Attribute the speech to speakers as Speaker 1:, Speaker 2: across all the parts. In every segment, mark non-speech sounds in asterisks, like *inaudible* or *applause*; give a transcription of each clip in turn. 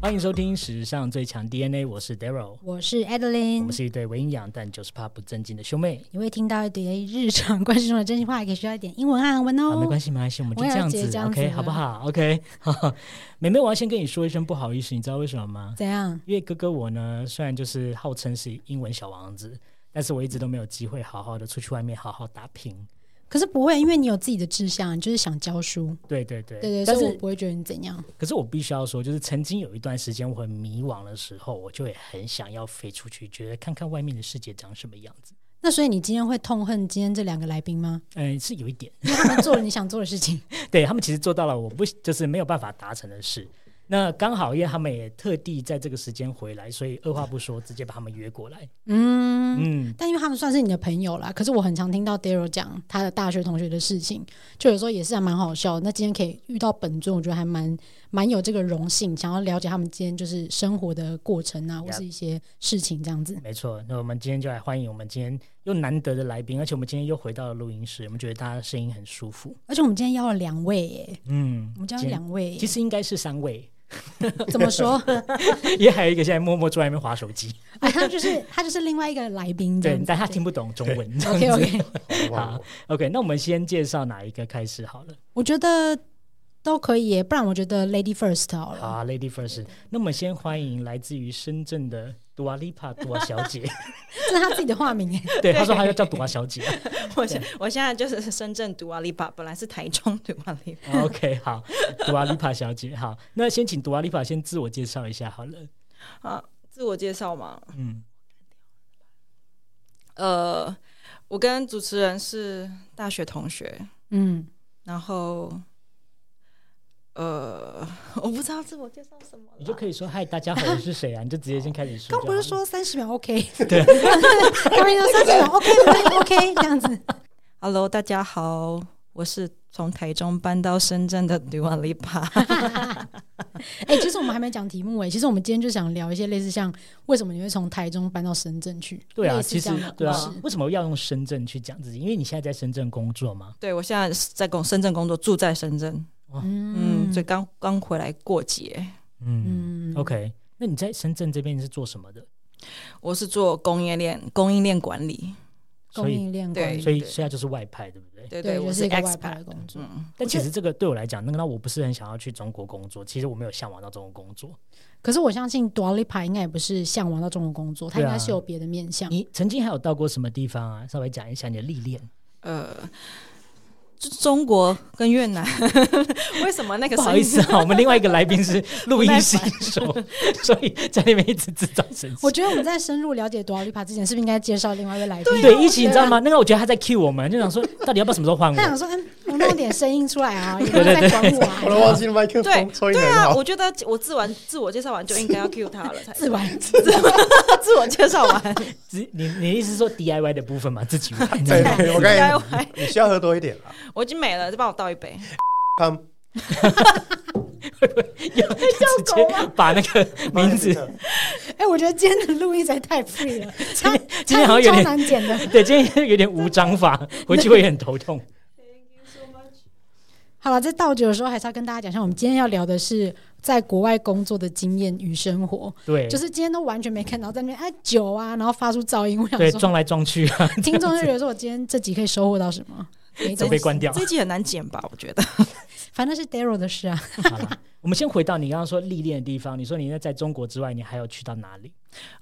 Speaker 1: 欢迎收听《史上最强 DNA》，我是 Daryl，
Speaker 2: 我是
Speaker 1: 我
Speaker 2: Adeline，
Speaker 1: 们是一对伪营养但就是怕不正经的兄妹。
Speaker 2: 你会听到一点日常关系中的真心话，也可以学到一点英文和韩文
Speaker 1: 啊，没
Speaker 2: 哦。
Speaker 1: 关系，没关系，我们就
Speaker 2: 我
Speaker 1: 这
Speaker 2: 也
Speaker 1: 样
Speaker 2: 觉
Speaker 1: 子
Speaker 2: 得这样
Speaker 1: o k
Speaker 2: 子啊
Speaker 1: 好不好？OK，妹 *laughs* 妹，我要先跟你说一声不好意思，你知道为什么吗？
Speaker 2: 怎样？
Speaker 1: 因为哥哥我呢，虽然就是号称是英文小王子，但是我一直都没有机会好好的出去外面好好打拼。
Speaker 2: 可是不会，因为你有自己的志向，你就是想教书。
Speaker 1: 对对对，
Speaker 2: 对对，
Speaker 1: 但
Speaker 2: 所以我
Speaker 1: 是
Speaker 2: 不会觉得你怎样。
Speaker 1: 可是我必须要说，就是曾经有一段时间我很迷惘的时候，我就也很想要飞出去，觉得看看外面的世界长什么样子。
Speaker 2: 那所以你今天会痛恨今天这两个来宾吗？
Speaker 1: 嗯，是有一点，
Speaker 2: 因为他们做了你想做的事
Speaker 1: *laughs*
Speaker 2: 情。
Speaker 1: 对他们其实做到了我不就是没有办法达成的事。那刚好，因为他们也特地在这个时间回来，所以二话不说，直接把他们约过来。
Speaker 2: 嗯，
Speaker 1: 嗯，
Speaker 2: 但因为他们算是你的朋友啦，可是我很常听到 Daryl 讲他的大学同学的事情，就有时候也是还蛮好笑的。那今天可以遇到本尊，我觉得还蛮蛮有这个荣幸，想要了解他们今天就是生活的过程啊，或
Speaker 1: Yep
Speaker 2: 是一些事情这样子。
Speaker 1: 没错。那我们今天就来欢迎我们今天又难得的来宾，而且我们今天又回到了录音室，我们觉得大家声音很舒服。
Speaker 2: 而且我们今天邀了两位耶，
Speaker 1: 嗯，
Speaker 2: 我们
Speaker 1: 今
Speaker 2: 今天邀
Speaker 1: 天
Speaker 2: 两位耶
Speaker 1: 其实应该是三位，
Speaker 2: 怎
Speaker 1: *laughs*
Speaker 2: 么说？
Speaker 1: 也还有一个现在默默坐在那边划手机，
Speaker 2: 啊，他就是他就是另外一个来宾这
Speaker 1: 对
Speaker 2: 样，子。
Speaker 1: 但他听不懂中文。这样
Speaker 2: OK
Speaker 1: 子
Speaker 2: OK，
Speaker 1: *laughs* 好，OK，那我们先介绍哪一个开始好了？
Speaker 2: 我觉得都可以耶，不然我觉得 Lady First 好
Speaker 1: 好
Speaker 2: 了。
Speaker 1: 啊，Lady First，那我们先欢迎来自于深圳的杜阿丽帕杜
Speaker 2: *laughs*
Speaker 1: 阿小姐。 *laughs*
Speaker 2: 这是他自己的化名耶，
Speaker 1: 对，他说他要叫杜阿小姐。 *laughs*
Speaker 3: *laughs* 我现我现在就是深圳读阿里巴，本来是台中读阿里巴。 *laughs*
Speaker 1: OK，好，杜阿丽帕小姐，好，那先请杜阿丽帕先自我介绍一下好了。
Speaker 3: 啊，自我介绍嘛，
Speaker 1: 嗯，
Speaker 3: 呃，我跟主持人是大学同学，
Speaker 2: 嗯，
Speaker 3: 然后呃， *laughs* 我不知道自我介绍什么啦，
Speaker 1: 你就可以说嗨，大家好，我是谁啊？你就直接先开始说就
Speaker 2: 刚
Speaker 1: 好了。
Speaker 2: 不是说三十秒 OK？
Speaker 1: 啊对，
Speaker 2: *laughs* 刚刚说三十秒 OK OK OK 这样子。
Speaker 3: Hello，大家好，我是从台中搬到深圳的读阿里巴。 *laughs*
Speaker 2: 哎、其实我们还没讲题目哎、其实我们今天就想聊一些类似像为什么你会从台中搬到深圳去？
Speaker 1: 对啊，
Speaker 2: 类似
Speaker 1: 其实
Speaker 2: 这样的故
Speaker 1: 对啊
Speaker 2: 事，
Speaker 1: 为什么要用深圳去讲自己？因为你现在在深圳工作嘛。
Speaker 3: 对我现在是在工深圳工作，住在深圳，嗯，
Speaker 2: 嗯
Speaker 3: 所以刚刚回来过节。
Speaker 1: 嗯
Speaker 2: 嗯
Speaker 1: OK，那你在深圳这边是做什么的？
Speaker 3: 我是做供应链供应链管理，
Speaker 1: 所
Speaker 2: 供
Speaker 1: 以
Speaker 2: 应链
Speaker 3: 对
Speaker 2: 管理，
Speaker 1: 所以现在就是外派，对不对？
Speaker 3: 对
Speaker 2: 对，
Speaker 3: 我
Speaker 2: 就是一个外
Speaker 3: expat
Speaker 2: 派的工作。
Speaker 3: 嗯，
Speaker 1: 但其实这个对我来讲，那个那我不是很想要去中国工作，其实我没有向往到中国工作。
Speaker 2: 可是我相信 Dua Lipa 应该也不是向往到中国工作，他
Speaker 1: 对
Speaker 2: 应
Speaker 1: 啊
Speaker 2: 该是有别的面向。
Speaker 1: 你曾经还有到过什么地方啊？稍微讲一下你的历练。
Speaker 3: 呃，就中国跟越南， *laughs* 为什么那个
Speaker 1: 不好意
Speaker 3: 声音 *laughs*
Speaker 1: 思啊，我们另外一个来宾是录音新手， *laughs* 所以在那边一直制造神奇
Speaker 2: 我。觉得我们在深入了解 Dua Lipa 之前，是不是应该介绍另外一位来宾？
Speaker 1: 对，一起你知道吗？那个我觉得他在 cue 我们，就想说到底要不要什么时候换
Speaker 2: 他想
Speaker 1: 我？
Speaker 2: 说，嗯，我弄点声音出来
Speaker 1: *laughs*
Speaker 2: 啊，也不要再管我
Speaker 4: 我都忘
Speaker 2: 啊。
Speaker 4: 记麦克
Speaker 3: 对
Speaker 4: 风吹
Speaker 3: 对
Speaker 4: 很
Speaker 3: 啊，
Speaker 4: 好，
Speaker 3: 我觉得我自完自我介绍完就应该要 cue 他了，
Speaker 2: *laughs*
Speaker 3: 才
Speaker 2: 自玩，
Speaker 3: *laughs* 自我介绍 *laughs* 完
Speaker 1: 只你你的意思是说 DIY 的部分嘛，自己玩。
Speaker 2: *laughs*
Speaker 4: 对对，我刚才
Speaker 3: DIY，
Speaker 4: 你需要喝多一点啦。
Speaker 3: 我已经没了，就帮我倒一杯。
Speaker 4: 康
Speaker 1: 直
Speaker 2: 啊
Speaker 1: 接把那个名字，
Speaker 2: 哎，我觉得今天的录音实在太
Speaker 1: *laughs*
Speaker 2: free 了，超
Speaker 1: 今天好像有
Speaker 2: 超
Speaker 1: 点
Speaker 2: 难剪啊的。
Speaker 1: 对，今天有点无章法，回去会很头痛。
Speaker 2: 好了，在倒酒的时候，还是要跟大家讲一下，我们今天要聊的是在国外工作的经验与生活。
Speaker 1: 对，
Speaker 2: 就是今天都完全没看到，在那边哎酒啊，然后发出噪音，我想
Speaker 1: 对
Speaker 2: 说，
Speaker 1: 撞来撞去啊，
Speaker 2: 听众就觉得说我今天这集可以收获到什
Speaker 1: *laughs*
Speaker 2: 么？没
Speaker 1: 都
Speaker 2: 东
Speaker 1: 被
Speaker 2: 西，
Speaker 1: 关掉。
Speaker 3: *laughs* 这一集很难剪吧？我觉得
Speaker 2: 反正是 Daryl 的事啊。
Speaker 1: 好啦我们先回到你刚刚说历练的地方，你说你在在中国之外，你还有去到哪里？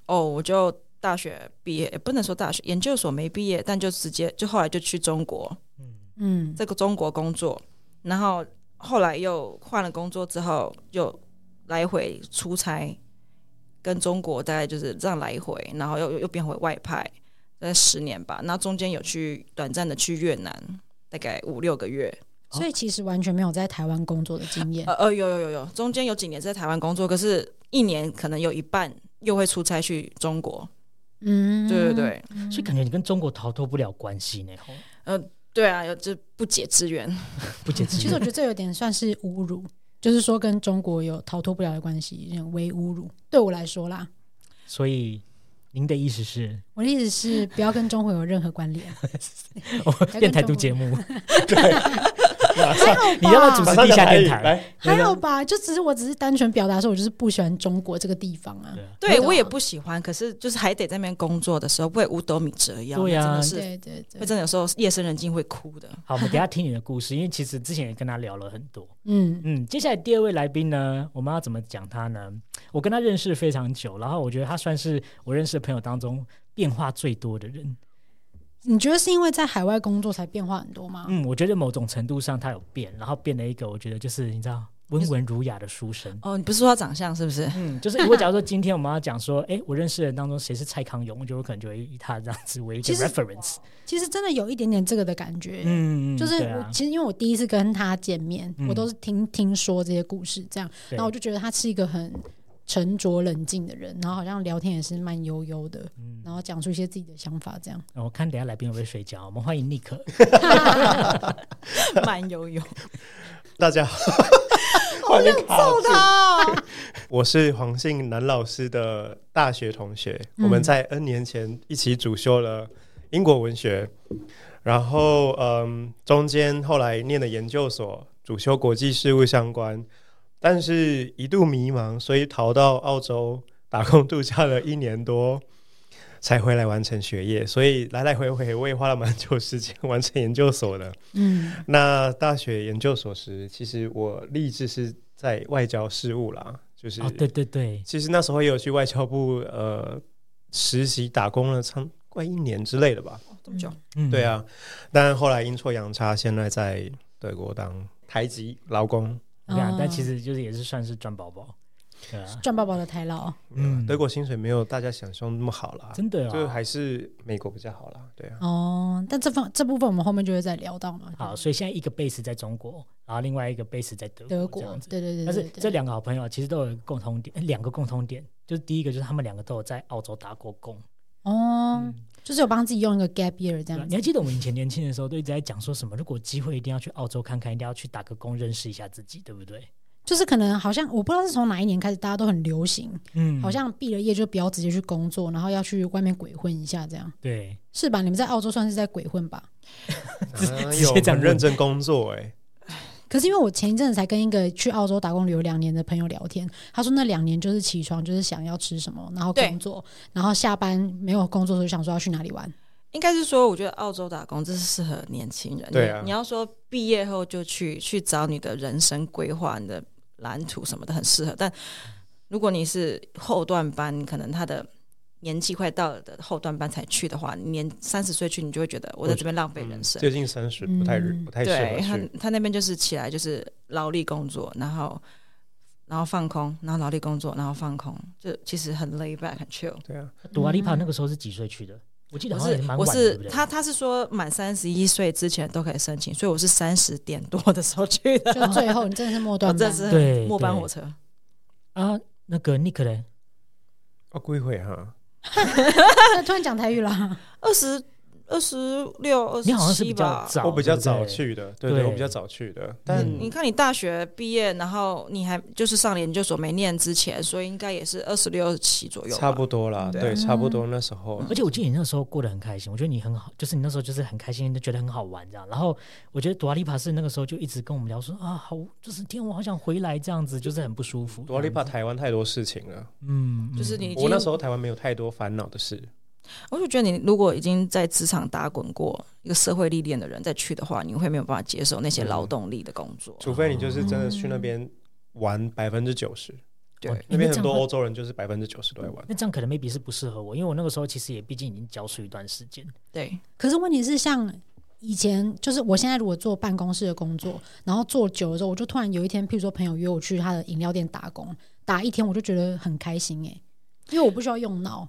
Speaker 3: 哦，我就大学毕业，也不能说大学研究所没毕业，但就直接就后来就去中国，
Speaker 2: 嗯，
Speaker 3: 在中国工作，然后后来又换了工作之后，又来回出差，跟中国大概就是这样来回，然后又又又变回外派，大概十年吧。那中间有去短暂的去越南，大概五六个月。
Speaker 2: 所以其实完全没有在台湾工作的经验
Speaker 3: 呃。呃，有有有有，中间有几年在台湾工作，可是一年可能有一半又会出差去中国。
Speaker 2: 嗯，
Speaker 3: 对对，对，
Speaker 1: 所以感觉你跟中国逃脱不了关系呢，
Speaker 2: 嗯
Speaker 1: 吼
Speaker 3: 对啊，有这不解之缘。
Speaker 1: *laughs* 不
Speaker 2: *laughs*
Speaker 1: 解之
Speaker 2: 其实
Speaker 1: 缘
Speaker 2: 我觉得这有点算是侮辱， *laughs* 就是说跟中国有逃脱不了的关系，有点微侮辱。对我来说啦，
Speaker 1: 所以您的意思是，
Speaker 2: 我的意思是 *laughs* 不要跟中国有任何关联。
Speaker 1: 我变态度节目，
Speaker 4: 对，
Speaker 2: 还好吧？
Speaker 1: 你要不要主持
Speaker 4: 马上
Speaker 1: 地
Speaker 4: 讲
Speaker 1: 下
Speaker 4: 台
Speaker 1: 电
Speaker 4: 语
Speaker 1: 台
Speaker 4: 来，
Speaker 2: 还好吧？就只是我只是单纯表达说，我就是不喜欢中国这个地方
Speaker 1: 嗯
Speaker 2: 啊。
Speaker 3: 对
Speaker 2: 对啊
Speaker 3: 我也不喜欢，可是就是还得在那边工作的时候为五斗米折腰，
Speaker 1: 对啊
Speaker 3: 那真的是
Speaker 2: 对对
Speaker 3: 会
Speaker 2: 对，
Speaker 3: 真的有时候夜深人静会哭的。
Speaker 1: 好，我们等一下听你的故事，因为其实之前也跟他聊了很多。
Speaker 2: 嗯
Speaker 1: 嗯，接下来第二位来宾呢，我们要怎么讲他呢？我跟他认识非常久，然后我觉得他算是我认识的朋友当中变化最多的人。
Speaker 2: 你觉得是因为在海外工作才变化很多吗？
Speaker 1: 嗯，我觉得某种程度上他有变，然后变了一个我觉得就是你知道温文儒雅的书生。
Speaker 3: 哦，你不是说他长相是不是？
Speaker 1: 嗯，就是如果假如说今天我们要讲说，哎、我认识的人当中谁是蔡康永，我觉得我可能就会以他这样子为一个
Speaker 2: 其实
Speaker 1: reference。
Speaker 2: 其实真的有一点点这个的感觉。
Speaker 1: 嗯，
Speaker 2: 就是
Speaker 1: 对
Speaker 2: 我、
Speaker 1: 啊，
Speaker 2: 其实因为我第一次跟他见面，
Speaker 1: 嗯
Speaker 2: 我都是听听说这些故事这样，
Speaker 1: 对
Speaker 2: 然后我就觉得他是一个很沉着冷静的人，然后好像聊天也是慢悠悠的，
Speaker 1: 嗯，
Speaker 2: 然后讲出一些自己的想法这样。
Speaker 1: 哦我看等一下来宾会不会睡觉？我们欢迎 Nick。
Speaker 3: *laughs* 慢悠悠，
Speaker 4: 大家好，我想揍
Speaker 2: 他！
Speaker 4: *laughs* 我是黄姓男老师的大学同学，
Speaker 2: 嗯
Speaker 4: 我们在 N 年前一起主修了英国文学，然后嗯，中间后来念了研究所，主修国际事务相关，但是一度迷茫，所以逃到澳洲打工度假了一年多。才回来完成学业，所以来来回回我也花了蛮久时间完成研究所的。
Speaker 2: 嗯
Speaker 4: 那大学研究所时，其实我立志是在外交事务啦，就是、
Speaker 1: 哦，对对对，
Speaker 4: 其实那时候也有去外交部呃实习打工了，差不多快一年之类的吧。
Speaker 3: *laughs* 哦这么久，
Speaker 1: 嗯，
Speaker 4: 对，啊，但后来阴错阳差，现在在德国当台籍劳工。
Speaker 1: 对啊
Speaker 2: 哦，
Speaker 1: 但其实就是也是算是赚宝宝，对啊，
Speaker 2: 赚宝宝的台老，
Speaker 1: 嗯
Speaker 4: 嗯，德国薪水没有大家想象那么好啦，
Speaker 1: 真的
Speaker 4: 就
Speaker 1: 啊。
Speaker 4: 还是美国比较好啦。对啊，
Speaker 2: 哦，但这方这部分我们后面就会再聊到嘛。
Speaker 1: 好，所以现在一个 base 在中国，然后另外一个 base 在德
Speaker 2: 德
Speaker 1: 国
Speaker 2: 国
Speaker 1: 这样，子。
Speaker 2: 对对对
Speaker 1: 但
Speaker 2: 对
Speaker 1: 是
Speaker 2: 对，
Speaker 1: 这两个好朋友其实都有一个共同点，呃两个共同点，就是第一个就是他们两个都有在澳洲打过工。
Speaker 2: 哦，就是有帮自己用一个 gap
Speaker 1: 嗯
Speaker 2: year 这
Speaker 1: 对啊
Speaker 2: 样
Speaker 1: 你
Speaker 2: 子
Speaker 1: 还。记得我们以前年轻的时候都一直在讲说什么，如果有机会一定要去澳洲看看，一定要去打个工，认识一下自己，对不对？
Speaker 2: 就是可能好像我不知道是从哪一年开始，大家都很流行，
Speaker 1: 嗯
Speaker 2: 好像毕了业就不要直接去工作，然后要去外面鬼混一下，这样
Speaker 1: 对，
Speaker 2: 是吧？你们在澳洲算是在鬼混吧？
Speaker 1: *laughs*
Speaker 4: 啊
Speaker 1: 直
Speaker 4: 有
Speaker 1: 接这样
Speaker 4: 很认真工作哎、
Speaker 2: 可是因为我前一阵子才跟一个去澳洲打工旅游两年的朋友聊天，他说那两年就是起床就是想要吃什么，然后
Speaker 3: 对
Speaker 2: 工作，然后下班没有工作的时候想说要去哪里玩。
Speaker 3: 应该是说，我觉得澳洲打工这是适合年轻人。
Speaker 4: 对啊
Speaker 3: 你要说毕业后就去去找你的人生规划、你的蓝图什么的，很适合。但如果你是后段班，可能他的年纪快到了的后段班才去的话，你年三十岁去，你就会觉得我在这边浪费人生。
Speaker 4: 嗯最近三十不太、
Speaker 2: 嗯
Speaker 4: 不太适
Speaker 3: 对
Speaker 4: 合
Speaker 3: 他
Speaker 4: 去。，
Speaker 3: 他那边就是起来就是劳力工作，然后然后放空，然后劳力工作，然后放空，就其实很 lay back 很 chill。
Speaker 4: 对啊，
Speaker 1: 杜阿丽帕那个时候是几岁去的？我记得
Speaker 3: 嗯我
Speaker 1: 好像也
Speaker 3: 是
Speaker 1: 蛮
Speaker 3: 我
Speaker 1: 晚的，对
Speaker 3: 是
Speaker 1: 不对？
Speaker 3: 他他是说满三十一岁之前都可以申请，所以我是三十点多的时候去的，
Speaker 2: 就最后你真的是末
Speaker 3: 我
Speaker 2: 端
Speaker 3: 这
Speaker 2: 班，
Speaker 1: *laughs*
Speaker 3: 是
Speaker 1: 对
Speaker 3: 末班
Speaker 1: 对
Speaker 3: 火车。
Speaker 1: 啊，那个 Nick 嘞，
Speaker 4: 哦，过一会哈，
Speaker 2: 那突然讲台语啦。
Speaker 3: 二十二十六、二
Speaker 1: 你好像
Speaker 3: 十
Speaker 1: 是比
Speaker 3: 七
Speaker 1: 较
Speaker 3: 吧。
Speaker 1: 早，
Speaker 4: 我哦比较
Speaker 1: 对不
Speaker 4: 早
Speaker 1: 对，
Speaker 4: 去的，对对，
Speaker 1: 对
Speaker 4: 我比较早去的，但
Speaker 1: 嗯
Speaker 3: 你看，你大学毕业，然后你还就是上研究所没念之前，所以应该也是二十六七左右吧。
Speaker 4: 差不多啦，
Speaker 3: 对
Speaker 4: 对，
Speaker 2: 嗯
Speaker 4: 差不多那时候
Speaker 1: 而且我记得你那时候过得很开心，我觉得你很好，就是你那时候就是很开心，就觉得很好玩这样。然后我觉得朵拉丽帕是那个时候就一直跟我们聊说啊，好，就是天，我好想回来这样
Speaker 3: 嗯
Speaker 1: 子，就是很不舒服。
Speaker 4: 多利帕台湾太多事情了，
Speaker 1: 嗯，嗯，
Speaker 3: 就是你已经
Speaker 4: 我那时候台湾没有太多烦恼的事，
Speaker 1: 哦
Speaker 3: 我就觉得你如果已经在职场打滚过，一个社会历练的人再去的话，你会没有办法接受那些劳动力的工作。
Speaker 4: 除非你就是真的去那边玩百分之九十，
Speaker 1: 哦
Speaker 3: 对，
Speaker 4: 那边很多
Speaker 2: 你
Speaker 4: 欧洲人就是百分之九十都在玩。
Speaker 1: 那这样可能 maybe 是不适合我，因为我那个时候其实也毕竟已经教书一段时间。
Speaker 3: 对，
Speaker 2: 可是问题是，像以前就是我现在如果做办公室的工作，然后做久了之后，我就突然有一天，譬如说朋友约我去他的饮料店打工，打一天我就觉得很开心诶、因为我不需要用脑，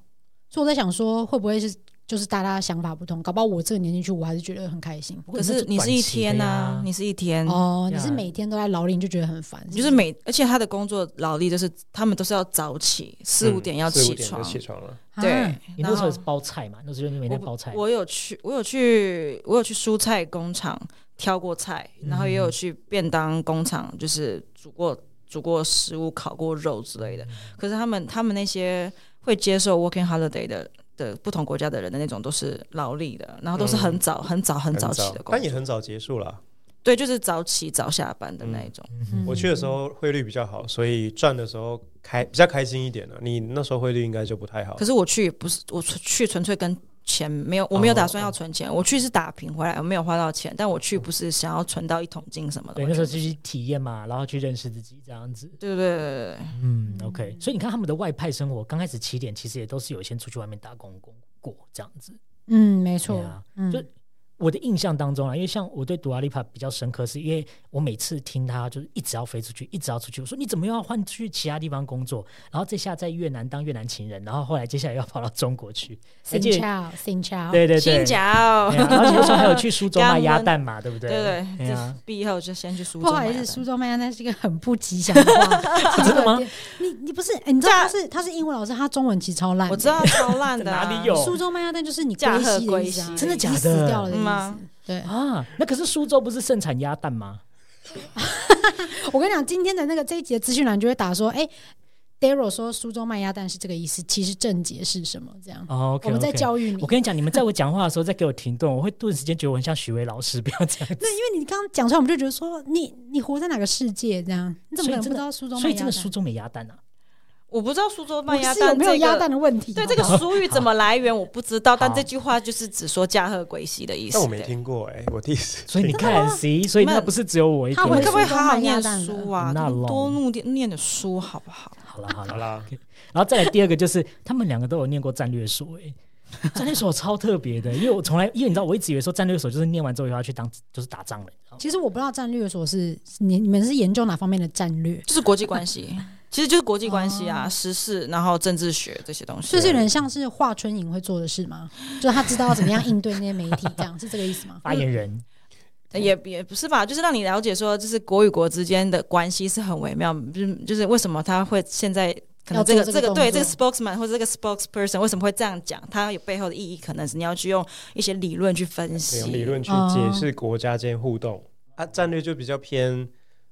Speaker 2: 所以我在想说会不会是就是大家想法不同，搞不好我这个年纪去我还是觉得很开心。
Speaker 1: 不过
Speaker 3: 可是你是一天
Speaker 1: 呐、
Speaker 3: 呐、你是一天，
Speaker 2: 哦，
Speaker 1: 对
Speaker 2: 你
Speaker 1: 啊
Speaker 2: 是每天都在劳力，你就觉得很烦，
Speaker 3: 你就
Speaker 2: 不
Speaker 3: 是
Speaker 2: 是
Speaker 3: 每，而且他的工作劳力就是他们都是要早起，四五点要
Speaker 4: 嗯四
Speaker 3: 起
Speaker 4: 五点
Speaker 3: 床
Speaker 4: 就，起床了，
Speaker 2: 啊
Speaker 3: 对，
Speaker 1: 你那时候也是包菜嘛？那时候你每天包菜，
Speaker 3: 哎我有去，我有去，我有去蔬菜工厂挑过菜，然后也
Speaker 1: 嗯
Speaker 3: 有去便当工厂，就是煮过煮过食物、烤过肉之类
Speaker 1: 嗯
Speaker 3: 的。可是他们他们那些会接受 working holiday 的的不同
Speaker 1: 嗯
Speaker 3: 国家的人的那种，都是劳力的，然后都是很早、很早、很早起的工
Speaker 4: 但也
Speaker 3: 作。
Speaker 4: 很早结束了。
Speaker 3: 对，就是早起早下班的那一种。
Speaker 1: 嗯
Speaker 4: 我去的时候汇率比较好，所以赚的时候开比较开心一点了。你那时候汇率应该就不太好
Speaker 3: 可。是我去也不是我出去纯粹跟钱没有，我
Speaker 1: 哦
Speaker 3: 没有打算要存钱，我去是打平回来，我没有花到钱，但我去不是想要存到一桶金什么的。
Speaker 1: 哦对，那时候就去体验嘛，然后去认识自己这样子。
Speaker 3: 对对对对对
Speaker 1: 嗯，OK。所以你看他们的外派生活，刚开始起点其实也都是有先出去外面打工过过这样子。
Speaker 2: 嗯，没错
Speaker 1: 对啊，
Speaker 2: 嗯
Speaker 1: 就我的印象当中啊，因为像我对杜阿丽帕比较深刻，是因为我每次听他就是一直要飞出去，一直要出去。我说你怎么又要换去其他地方工作？然后这下在越南当越南情人，然后后来接下来要跑到中国去，而
Speaker 2: ，Sin
Speaker 1: 且
Speaker 2: Chao，Sin Chao，
Speaker 1: 对对
Speaker 3: 对，
Speaker 1: 对
Speaker 3: 新，
Speaker 1: 对，
Speaker 3: 脚
Speaker 1: 啊然后那时候还有去苏州卖鸭蛋嘛，对不对？
Speaker 3: 对对，
Speaker 1: 对啊
Speaker 3: 这 *laughs* 毕业后就先去苏州
Speaker 2: 不
Speaker 3: 买
Speaker 2: 好
Speaker 3: 蛋。
Speaker 2: 意思，苏州卖鸭蛋是一个很不吉祥的话， *laughs*
Speaker 1: 真的吗？
Speaker 2: 你你不是、哎你知道他是他是英文老师，他中文其实超烂的。
Speaker 3: 我知道超烂的、啊，
Speaker 1: 哪里有
Speaker 2: 苏州卖鸭蛋就是你
Speaker 3: 驾鹤
Speaker 2: 归
Speaker 3: 归
Speaker 2: 西的意思啊
Speaker 3: 西
Speaker 1: 真的假的
Speaker 2: 你死掉了的意
Speaker 3: 嗯
Speaker 2: 思。
Speaker 3: 啊
Speaker 2: 对，
Speaker 1: 啊，那可是苏州不是盛产鸭蛋吗？
Speaker 2: 我跟你讲，今天的那个这一集的资讯栏就会打说，哎、d a r r y l 说苏州卖鸭蛋是这个意思，其实正解是什么？这样
Speaker 1: 哦，OK，
Speaker 2: 我们在
Speaker 1: OK
Speaker 2: 教育你。
Speaker 1: 我跟你讲，你们在我讲话的时候再给我停顿，我会顿时间觉得我很像许巍老师，不要这样。
Speaker 2: 那因为你刚刚讲出来，我们就觉得说你你活在哪个世界这样？你怎么可
Speaker 1: 所
Speaker 2: 能
Speaker 1: 以真的
Speaker 2: 不知道苏州卖
Speaker 1: 所以真
Speaker 2: 鸭蛋？
Speaker 1: 的苏州没鸭蛋啊？
Speaker 3: 我不知道苏州
Speaker 2: 我
Speaker 3: 卖
Speaker 2: 不
Speaker 3: 鸭
Speaker 2: 是有
Speaker 3: 蛋
Speaker 2: 没有
Speaker 3: 这
Speaker 2: 鸭
Speaker 3: 个
Speaker 2: 蛋的问题？
Speaker 3: 对这个俗语怎么来源我不知道，但
Speaker 1: 好
Speaker 3: 这句话就是只说驾鹤归西的意思。
Speaker 4: 但我没
Speaker 3: 对。
Speaker 4: 听过哎、我第一次。
Speaker 1: 所以你看，C，所以那不是只有我一个
Speaker 2: 他
Speaker 3: 你
Speaker 2: 会
Speaker 3: 们
Speaker 1: 人。
Speaker 3: 可不可以好好
Speaker 2: 苏州卖鸭
Speaker 3: 念
Speaker 2: 蛋
Speaker 3: 书
Speaker 1: 了
Speaker 3: 啊？你们
Speaker 1: Not
Speaker 3: 多
Speaker 1: long
Speaker 3: 弄点念点书好不好？
Speaker 1: 好了好
Speaker 4: 好
Speaker 1: 了，
Speaker 4: 啦，
Speaker 1: 然后再来第二个就是他们两个都有念过战略所、欸，战略所超特别的，因为我从来，因为你知道，我一直以为说战略所就是念完之后要去当就是打仗的，你知道吗
Speaker 2: 其实我不知道战略所是你你们是研究哪方面的战略？
Speaker 3: 就是国际关系， *laughs* 其实就是国际关系啊，时事，然后政治学这些东西。
Speaker 2: 就是有点像是华春莹会做的事吗？就是他知道要怎么样应对那些媒体，这样是这个意 *laughs* 思吗？
Speaker 1: 发言人。
Speaker 3: 也也不是吧，就是让你了解说，就是国与国之间的关系是很微妙，就是就是为什么他会现在可能这
Speaker 2: 要
Speaker 3: 个
Speaker 2: 做
Speaker 3: 这
Speaker 2: 这
Speaker 3: 个
Speaker 2: 个
Speaker 3: 对这
Speaker 2: 动
Speaker 3: 个
Speaker 2: 作
Speaker 3: spokesman 或者这个 spokesperson 为什么会这样讲，它有背后的意义，可能是你要去用一些理论嗯去分
Speaker 4: 可以
Speaker 3: 析。
Speaker 4: 用理论去解释国家间互动、啊，战略就比较偏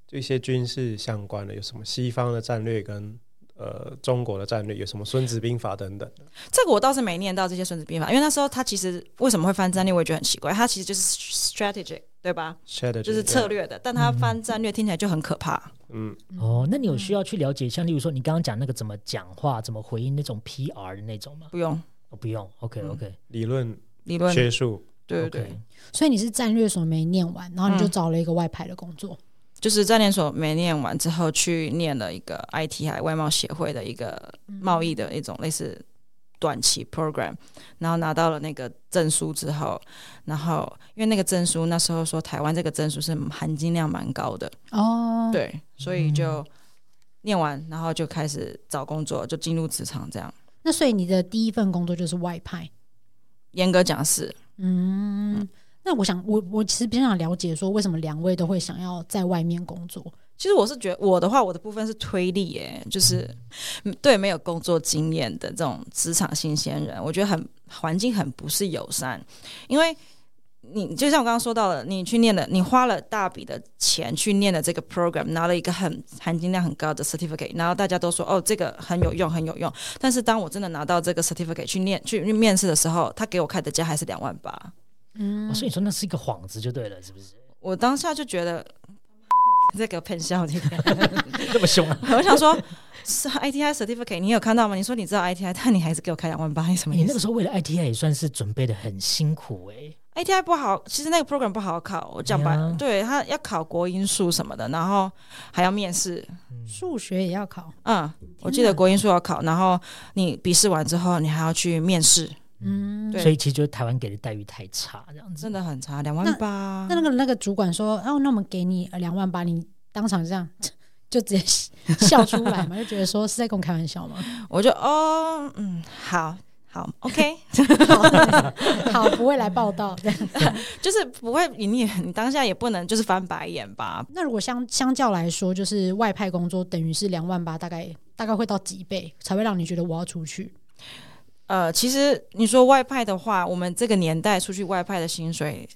Speaker 4: 就一些军事相关的，有什么西方的战略跟呃中国的战略，有什么《孙子兵法》等等的。
Speaker 3: 这个我倒是没念到这些《孙子兵法》，因为那时候他其实为什么会翻战略，我也觉得很奇怪，他其实就是 strategic 对吧？
Speaker 4: strategy，
Speaker 3: 就是策略的，但
Speaker 2: 嗯
Speaker 3: 他翻战略听起来就很可怕。
Speaker 4: 对，嗯，
Speaker 1: 哦，那你有需要去了解，像例如说你刚刚讲那个怎么讲话、怎么回应那种 PR 的那种吗？
Speaker 3: 不用
Speaker 1: 哦、不用，OK
Speaker 3: 嗯
Speaker 1: OK
Speaker 4: 理论
Speaker 3: 理论，
Speaker 4: 学术，
Speaker 3: 对对对
Speaker 1: OK，
Speaker 2: 所以你是战略所没念完，然后你就找了一个外派的工作。
Speaker 3: 就是战研所没念完之后，去念了一个 IT 海外贸协会的一个
Speaker 2: 嗯
Speaker 3: 贸易的一种类似短期 program，然后拿到了那个证书之后，然后因为那个证书那时候说台湾这个证书是含金量蛮高的，
Speaker 2: 哦，，
Speaker 3: 对，所以就念完，然后就开始找工作，就进入职场这样。
Speaker 2: 那所以你的第一份工作就是外派。
Speaker 3: 严格讲是，
Speaker 2: 嗯，那我想，我我其实比较想了解说，为什么两位都会想要在外面工作？
Speaker 3: 其实我是觉得我的话，我的部分是推力耶，就是嗯对没有工作经验的这种职场新鲜人，我觉得很环境很不是友善，因为你就像我刚刚说到了，你去念了，你花了大笔的钱去念了这个 program，拿了一个很含金量很高的 certificate，然后大家都说哦这个很有用很有用，但是当我真的拿到这个 certificate 去念去去面试的时候，他给我开的价还是两万八，
Speaker 2: 嗯
Speaker 1: 哦，所以你说那是一个幌子就对了，是不 *laughs* 是？
Speaker 3: 我当下就觉得 *laughs* 这个喷笑这个。
Speaker 1: 这么凶啊？
Speaker 3: 我想说， *laughs* 是 ITI certificate，你有看到吗？你说你知道 ITI，但你还是给我开两万八，你什么
Speaker 1: 你
Speaker 3: 意
Speaker 1: 那个
Speaker 3: 思
Speaker 1: 时候为了 ITI 也算是准备的很辛苦哎、
Speaker 3: ？ITI 不好，其实那个 program 不好考。我讲白
Speaker 1: 哎呀，
Speaker 3: 对他要考国音数什么的，然后还要面试。
Speaker 2: 数学也要考。
Speaker 3: 嗯，我记得国音数要考，然后你笔试完之后，你还要去面试，
Speaker 2: 嗯，
Speaker 3: 对
Speaker 1: 所以其实就是台湾给的待遇太差这样子。
Speaker 3: 真的很差，两万八
Speaker 2: 那。那个那个主管说，哦，那我们给你两万八，你当场这样就直接笑出来嘛，就觉得说是在跟我开玩笑吗？
Speaker 3: 我就哦，嗯，好。好，OK， *laughs*
Speaker 2: *laughs* 好，不会来报道。 *laughs*
Speaker 3: 就是不会，你也你当下也不能就是翻白眼吧，
Speaker 2: 那如果相相较来说，就是外派工作等于是两万八，大概大概会到几倍才会让你觉得我要出去？
Speaker 3: 呃，其实你说外派的话，我们这个年代出去外派的薪水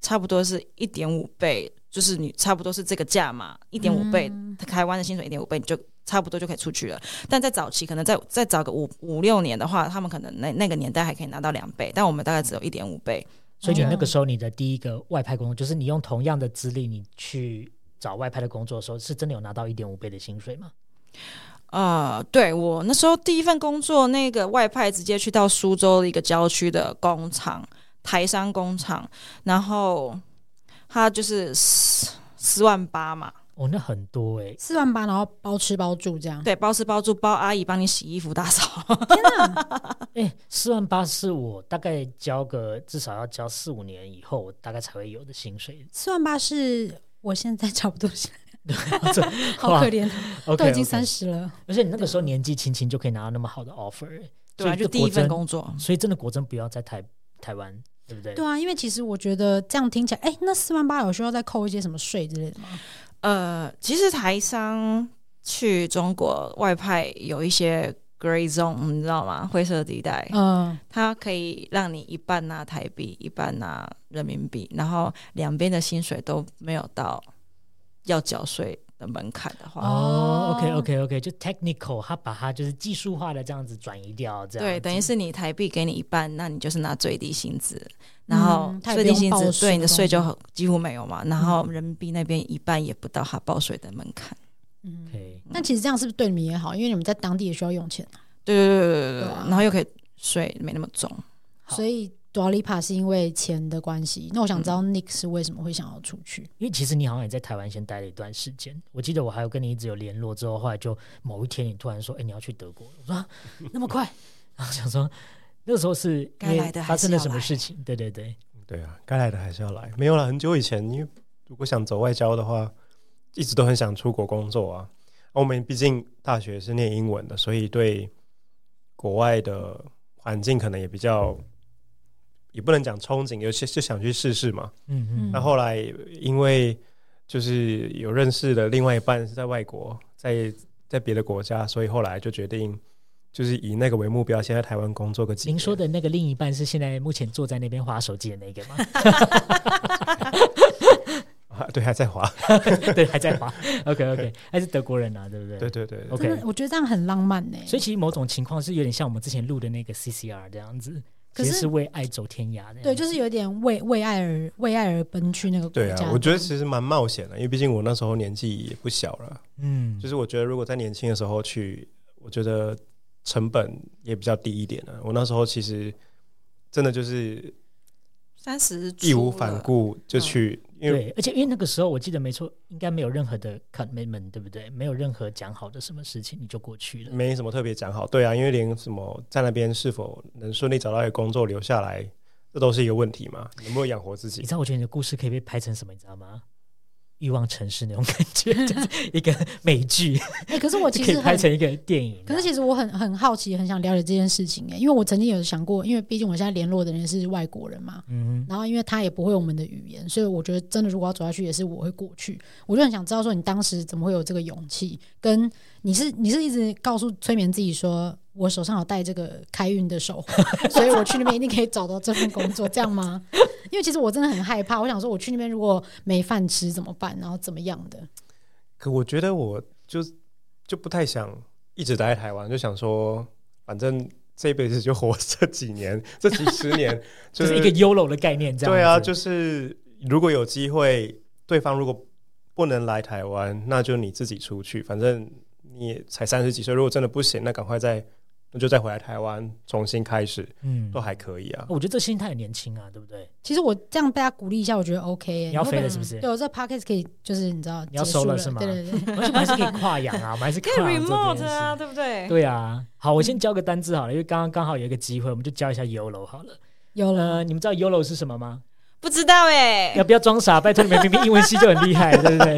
Speaker 3: 差不多是一点五倍，就是你差不多是这个价嘛，一点五倍，台湾的薪水一点五倍，你就差不多就可以出去了。但在早期，可能再再早个五五六年的话，他们可能那那个年代还可以拿到两倍，但我们大概只有一点五倍，
Speaker 1: 所以你那个
Speaker 2: 哦
Speaker 1: 时候你的第一个外派工作，就是你用同样的资历你去找外派的工作的时候，是真的有拿到一点五倍的薪水吗？
Speaker 3: 啊，对我那时候第一份工作，那个外派直接去到苏州的一个郊区的工厂，台商工厂，然后他就是四四万八嘛，
Speaker 1: 哦，那很多哎、
Speaker 2: 四万八，然后包吃包住这样。
Speaker 3: 对，包吃包住，包阿姨帮你洗衣服、
Speaker 1: *laughs*
Speaker 3: 打扫，
Speaker 1: 哎、四万八是我大概交个至少要交四五年以后，我大概才会有的薪水。
Speaker 2: *laughs* 四万八是我现在差不多是，好
Speaker 1: 哇
Speaker 2: 可怜，
Speaker 1: o
Speaker 2: 都已经
Speaker 1: 三
Speaker 2: 三
Speaker 1: 十，
Speaker 2: 十了。
Speaker 1: 而且你那个时候年纪轻轻就可以拿到那么好的 offer，欸、
Speaker 3: 对啊，
Speaker 1: 所以
Speaker 3: 就
Speaker 1: 这
Speaker 3: 第一
Speaker 1: 果真
Speaker 3: 份工作，
Speaker 1: 所以真的果真不要在台台湾，对不对？
Speaker 2: 对啊，因为其实我觉得这样听起来，哎、那四万八有需要再扣一些什么税之类的吗？
Speaker 3: 呃，其实台商去中国外派有一些 gray zone，你知道吗？灰色地带，
Speaker 2: 嗯，
Speaker 3: 它可以让你一半拿台币，一半拿人民币，然后两边的薪水都没有到要缴税的门槛的话，
Speaker 1: 哦，OK OK OK，就 technical，他把它就是技术化的这样子转移掉，这样
Speaker 3: 对，
Speaker 1: 子
Speaker 3: 等于是你台币给你一半，那你就是拿最低薪资，然后
Speaker 2: 嗯它也
Speaker 3: 最低
Speaker 2: 不用
Speaker 3: 薪
Speaker 2: 报
Speaker 3: 资
Speaker 2: 税
Speaker 3: 对你的
Speaker 2: 的
Speaker 3: 税
Speaker 2: 东
Speaker 3: 就
Speaker 2: 西
Speaker 3: 很几乎没有嘛，然后人民币那边一半也不到他报税的门槛。
Speaker 1: OK，
Speaker 2: 那其实这样是不是对你们也好？因为你们在当地也需要用钱啊、
Speaker 3: 对对对对对对
Speaker 2: 对啊
Speaker 3: 然后又可以税没那么重。
Speaker 1: 好嗯
Speaker 2: 所以 d u a l i p a 是因为钱的关系。那我想知道 Nick 是为什么会想要出去？
Speaker 1: 因为其实你好像也在台湾先待了一段时间，我记得我还有跟你一直有联络，之后后来就某一天你突然说，哎、你要去德国了，我说、啊、 *laughs* 那么快，然后想说那个时候是因
Speaker 3: 该来
Speaker 1: 为
Speaker 3: 的还
Speaker 1: 发生
Speaker 3: 是
Speaker 1: 了
Speaker 3: 要
Speaker 1: 什么
Speaker 3: 来
Speaker 1: 事情？对对对，
Speaker 4: 对啊，该来的还是要来。没有了，很久以前，因为如果想走外交的话，一直都很想出国工作啊。啊我们毕竟大学是念英文的，所以对国外的环境可能也比较，也不能讲憧憬，有些就想去试试嘛。
Speaker 1: 嗯嗯，
Speaker 4: 那后来因为就是有认识的另外一半是在外国，在在别的国家，所以后来就决定就是以那个为目标，先在台湾工作个几年。
Speaker 1: 您说的那个另一半是现在目前坐在那边划手机的那
Speaker 3: *laughs*
Speaker 1: 个吗？
Speaker 4: 啊， *laughs* 对，还在华，
Speaker 1: 对，还在划。OK OK，还是德国人啊，对不对？
Speaker 4: 对对对对
Speaker 1: OK
Speaker 2: 真的，我觉得这样很浪漫欸呢、
Speaker 1: 所以其实某种情况是有点像我们之前录的那个 CCR 这样子，
Speaker 2: 可
Speaker 1: 其实
Speaker 2: 是
Speaker 1: 是为爱走天涯的。
Speaker 2: 对，就是有点为为爱而为爱而奔去那个国
Speaker 4: 对
Speaker 2: 家这
Speaker 4: 啊，
Speaker 2: 样。
Speaker 4: 我觉得其实蛮冒险的，因为毕竟我那时候年纪也不小了。
Speaker 1: 嗯，
Speaker 4: 就是我觉得如果在年轻的时候去，我觉得成本也比较低一点啊。我那时候其实真的就是
Speaker 3: 三十
Speaker 4: 义无反顾就去，因为
Speaker 1: 对，而且因为那个时候我记得没错，应该没有任何的 commitment，对不对？没有任何讲好的什么事情，你就过去了。
Speaker 4: 没什么特别讲好。对啊，因为连什么在那边是否能顺利找到一个工作留下来，这都是一个问题嘛，能不能养活自
Speaker 1: 你
Speaker 4: 己
Speaker 1: 知？道，我觉得你的故事可以被拍成什么，你知道吗？欲望城市那种感觉， *laughs* 就是一个美剧，
Speaker 2: 哎、可是我其
Speaker 1: 可以 *laughs*
Speaker 2: 实
Speaker 1: 拍
Speaker 2: 很
Speaker 1: 成一个电影。
Speaker 2: 可是其实我很很好奇，很想了解这件事情哎、因为我曾经有想过，因为毕竟我现在联络的人是外国人嘛，
Speaker 1: 嗯
Speaker 2: 然后因为他也不会我们的语言，所以我觉得真的如果要走下去，也是我会过去。我就很想知道说，你当时怎么会有这个勇气？跟你是你是一直告诉催眠自己说，我手上有带这个开运的手 *laughs* 环，所以我去那边一定可以找到这份工作，这样吗？因为其实我真的很害怕，我想说我去那边如果没饭吃怎么办，然后怎么样的？
Speaker 4: 可我觉得我就就不太想一直待在台湾，就想说反正这一辈子就活这几年，这几十
Speaker 1: *laughs*
Speaker 4: 年
Speaker 1: 就
Speaker 4: 就是
Speaker 1: 一个 YOLO 的概念，这样
Speaker 4: 对啊，
Speaker 1: 子
Speaker 4: 就是如果有机会，对方如果不能来台湾，那就你自己出去，反正你也才三十几岁，如果真的不行，那赶快再那就再回来台湾重新开始，
Speaker 1: 嗯哦
Speaker 4: 都，还可以啊。
Speaker 1: 我觉得这心态很年轻啊，对不对？ *laughs*
Speaker 2: 其实我这样被他鼓励一下，我觉得 OK 耶、
Speaker 1: 你要
Speaker 2: 会不
Speaker 1: 飞
Speaker 2: 会
Speaker 1: 了是不是？
Speaker 2: 对，我这 podcast 可以，就是你知道，
Speaker 1: 你要
Speaker 2: 结
Speaker 1: 收
Speaker 2: 束
Speaker 1: 了
Speaker 2: 了
Speaker 1: 是吗
Speaker 2: 对对对，
Speaker 1: 而且我们还是可以跨洋啊，我们还是
Speaker 3: 可
Speaker 1: 跨
Speaker 3: 以
Speaker 1: 洋 *laughs* 做这
Speaker 3: remote
Speaker 1: 件
Speaker 3: 啊，
Speaker 1: 事。
Speaker 3: 对不对？
Speaker 1: 对啊，好，我先教个单字好了，因为刚刚刚好有一个机会，我们就教一下 YOLO 好了。
Speaker 2: 有了。
Speaker 1: *laughs* 呃，你们知道 YOLO 是什么吗？
Speaker 3: 不知道哎、
Speaker 1: *laughs* 要不要装傻？拜托你们，明明英文系就很厉害，对
Speaker 2: *laughs*
Speaker 1: 不对？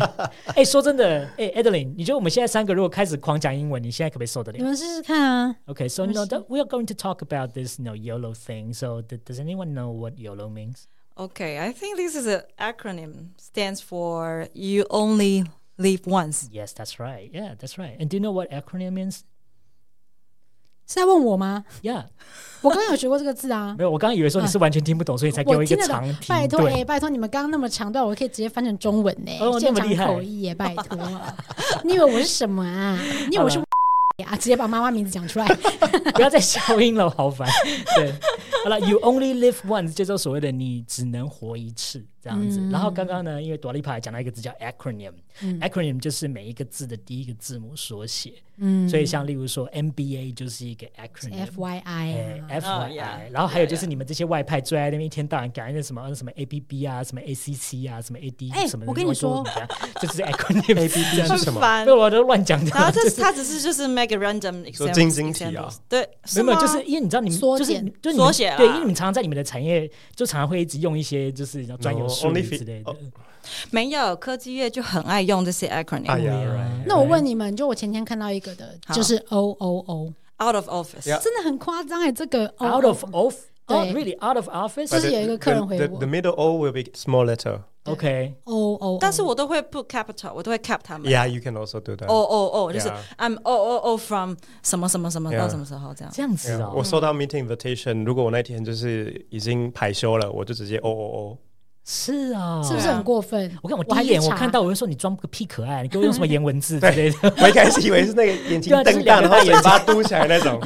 Speaker 1: 哎、说真的，哎、e d e l i n e 你觉得我们现在三个如果开始狂讲英
Speaker 2: 嗯
Speaker 1: 文，你现在可不可以受得
Speaker 2: 你
Speaker 1: 了
Speaker 2: 们试试看啊！
Speaker 1: ？Okay, so
Speaker 2: 没
Speaker 1: no,
Speaker 2: 事
Speaker 1: that we are going to talk about this, you know, YOLO thing. So, d- does anyone know what YOLO means?
Speaker 3: Okay, I think this is an acronym stands for you only live once.
Speaker 1: Yes, that's right. Yeah, that's right. And do you know what acronym means?
Speaker 2: 是在问我吗？
Speaker 1: Yeah，
Speaker 2: 我刚刚有学过这个字啊
Speaker 1: 没，有，我刚刚以为说你是完全听不懂，所以你才给一
Speaker 2: 听
Speaker 1: 个
Speaker 2: 得
Speaker 1: 长
Speaker 2: 懂。
Speaker 1: 停
Speaker 2: 拜托，哎、
Speaker 1: 顿。
Speaker 2: 拜托，你们刚刚那么长段，我可以直接翻成中文呢、
Speaker 1: 哦那
Speaker 2: 现
Speaker 1: 么
Speaker 2: 场
Speaker 1: 厉害
Speaker 2: 口译耶、拜托。你以为我是什么啊？你
Speaker 1: *laughs*
Speaker 2: 以为我是
Speaker 1: 好 *laughs*
Speaker 2: 啊？直接把妈妈名字讲出来。
Speaker 1: 不要再消音了，好烦。对好了，You only live once，就是所谓的你只能活一次这样子。
Speaker 2: 嗯
Speaker 1: 然后刚刚呢，因为朵莉帕讲到一个字叫 acronym，acronym、就是每一个字的第一个字母缩写，
Speaker 2: 嗯
Speaker 1: 所以像例如说 MBA 就是一个 acronym。
Speaker 2: F Y I
Speaker 1: 哎
Speaker 2: 啊，
Speaker 1: F Y I，
Speaker 3: yeah，
Speaker 1: 然后还有就是
Speaker 3: yeah，yeah
Speaker 1: 你们这些外派最爱那边一天到晚搞那什么什么 A B B 啊，什么 A C C 啊，什么 A D
Speaker 2: 哎
Speaker 1: 什么的，
Speaker 2: 我跟你
Speaker 1: 外
Speaker 2: 说
Speaker 1: 国语啊，这就是 acronym A B *laughs* B
Speaker 4: 是什么
Speaker 3: 烦
Speaker 1: 被。
Speaker 4: *laughs*
Speaker 1: 我都乱讲的
Speaker 3: 然后
Speaker 1: 嘛，
Speaker 3: 这
Speaker 1: 就是
Speaker 3: 他只是就是 make a random
Speaker 4: 说
Speaker 3: example，
Speaker 4: 晶晶体啊，
Speaker 3: 对，
Speaker 1: 没有没有，就
Speaker 3: 吗
Speaker 1: 是因为你知道你们
Speaker 2: 缩
Speaker 1: 就是
Speaker 2: 减
Speaker 1: 就是你
Speaker 3: 缩
Speaker 1: 们
Speaker 3: 写啦
Speaker 1: 对，因为你们常常在你们的产业就常常会一直用一些就是你知道专有
Speaker 4: No,
Speaker 1: 术语
Speaker 4: only fi-
Speaker 1: 之类的
Speaker 4: 哦。
Speaker 3: 没有科技业就很爱用这些 acronym，、
Speaker 4: 哎呀
Speaker 1: 对啊
Speaker 4: right
Speaker 2: 那我问你们，就我前天看到一个的，
Speaker 3: 好
Speaker 2: 就是 O O O，
Speaker 3: out of office，、
Speaker 4: Yeah
Speaker 2: 真的很夸张哎，这个
Speaker 1: out of off，
Speaker 2: 对
Speaker 1: oh really out of office，
Speaker 2: But- 就是有一个客人回
Speaker 4: the,
Speaker 2: 我
Speaker 4: the middle O will be small letter.
Speaker 1: OK，
Speaker 2: O O，
Speaker 3: 但是我都会 put capital，我都会 cap 他们。
Speaker 4: Yeah, you can also do that.
Speaker 1: Oh，
Speaker 3: 哦哦哦，就是
Speaker 4: Yeah.
Speaker 3: I'm 哦哦哦 from 什么什么什么
Speaker 4: Yeah
Speaker 3: 到什么时候这样。
Speaker 1: 这样子
Speaker 4: Yeah, 我
Speaker 1: 哦，
Speaker 4: 收
Speaker 2: 嗯
Speaker 4: 到 meeting invitation，如果我那天就是已经排休了，我就直接哦 O O
Speaker 1: 是啊，
Speaker 2: 是不是很过分？
Speaker 1: 我看我
Speaker 2: 我还
Speaker 1: 第一眼
Speaker 2: 去
Speaker 1: 我
Speaker 2: 查
Speaker 1: 看到我就说你装个屁可爱，你给我用什么颜文字之类的
Speaker 4: O。我一开始以为是那个眼睛
Speaker 1: 对啊就是
Speaker 4: 瞪大，
Speaker 1: 两个
Speaker 4: 然后眼巴嘟起来
Speaker 1: *laughs*
Speaker 4: 那种。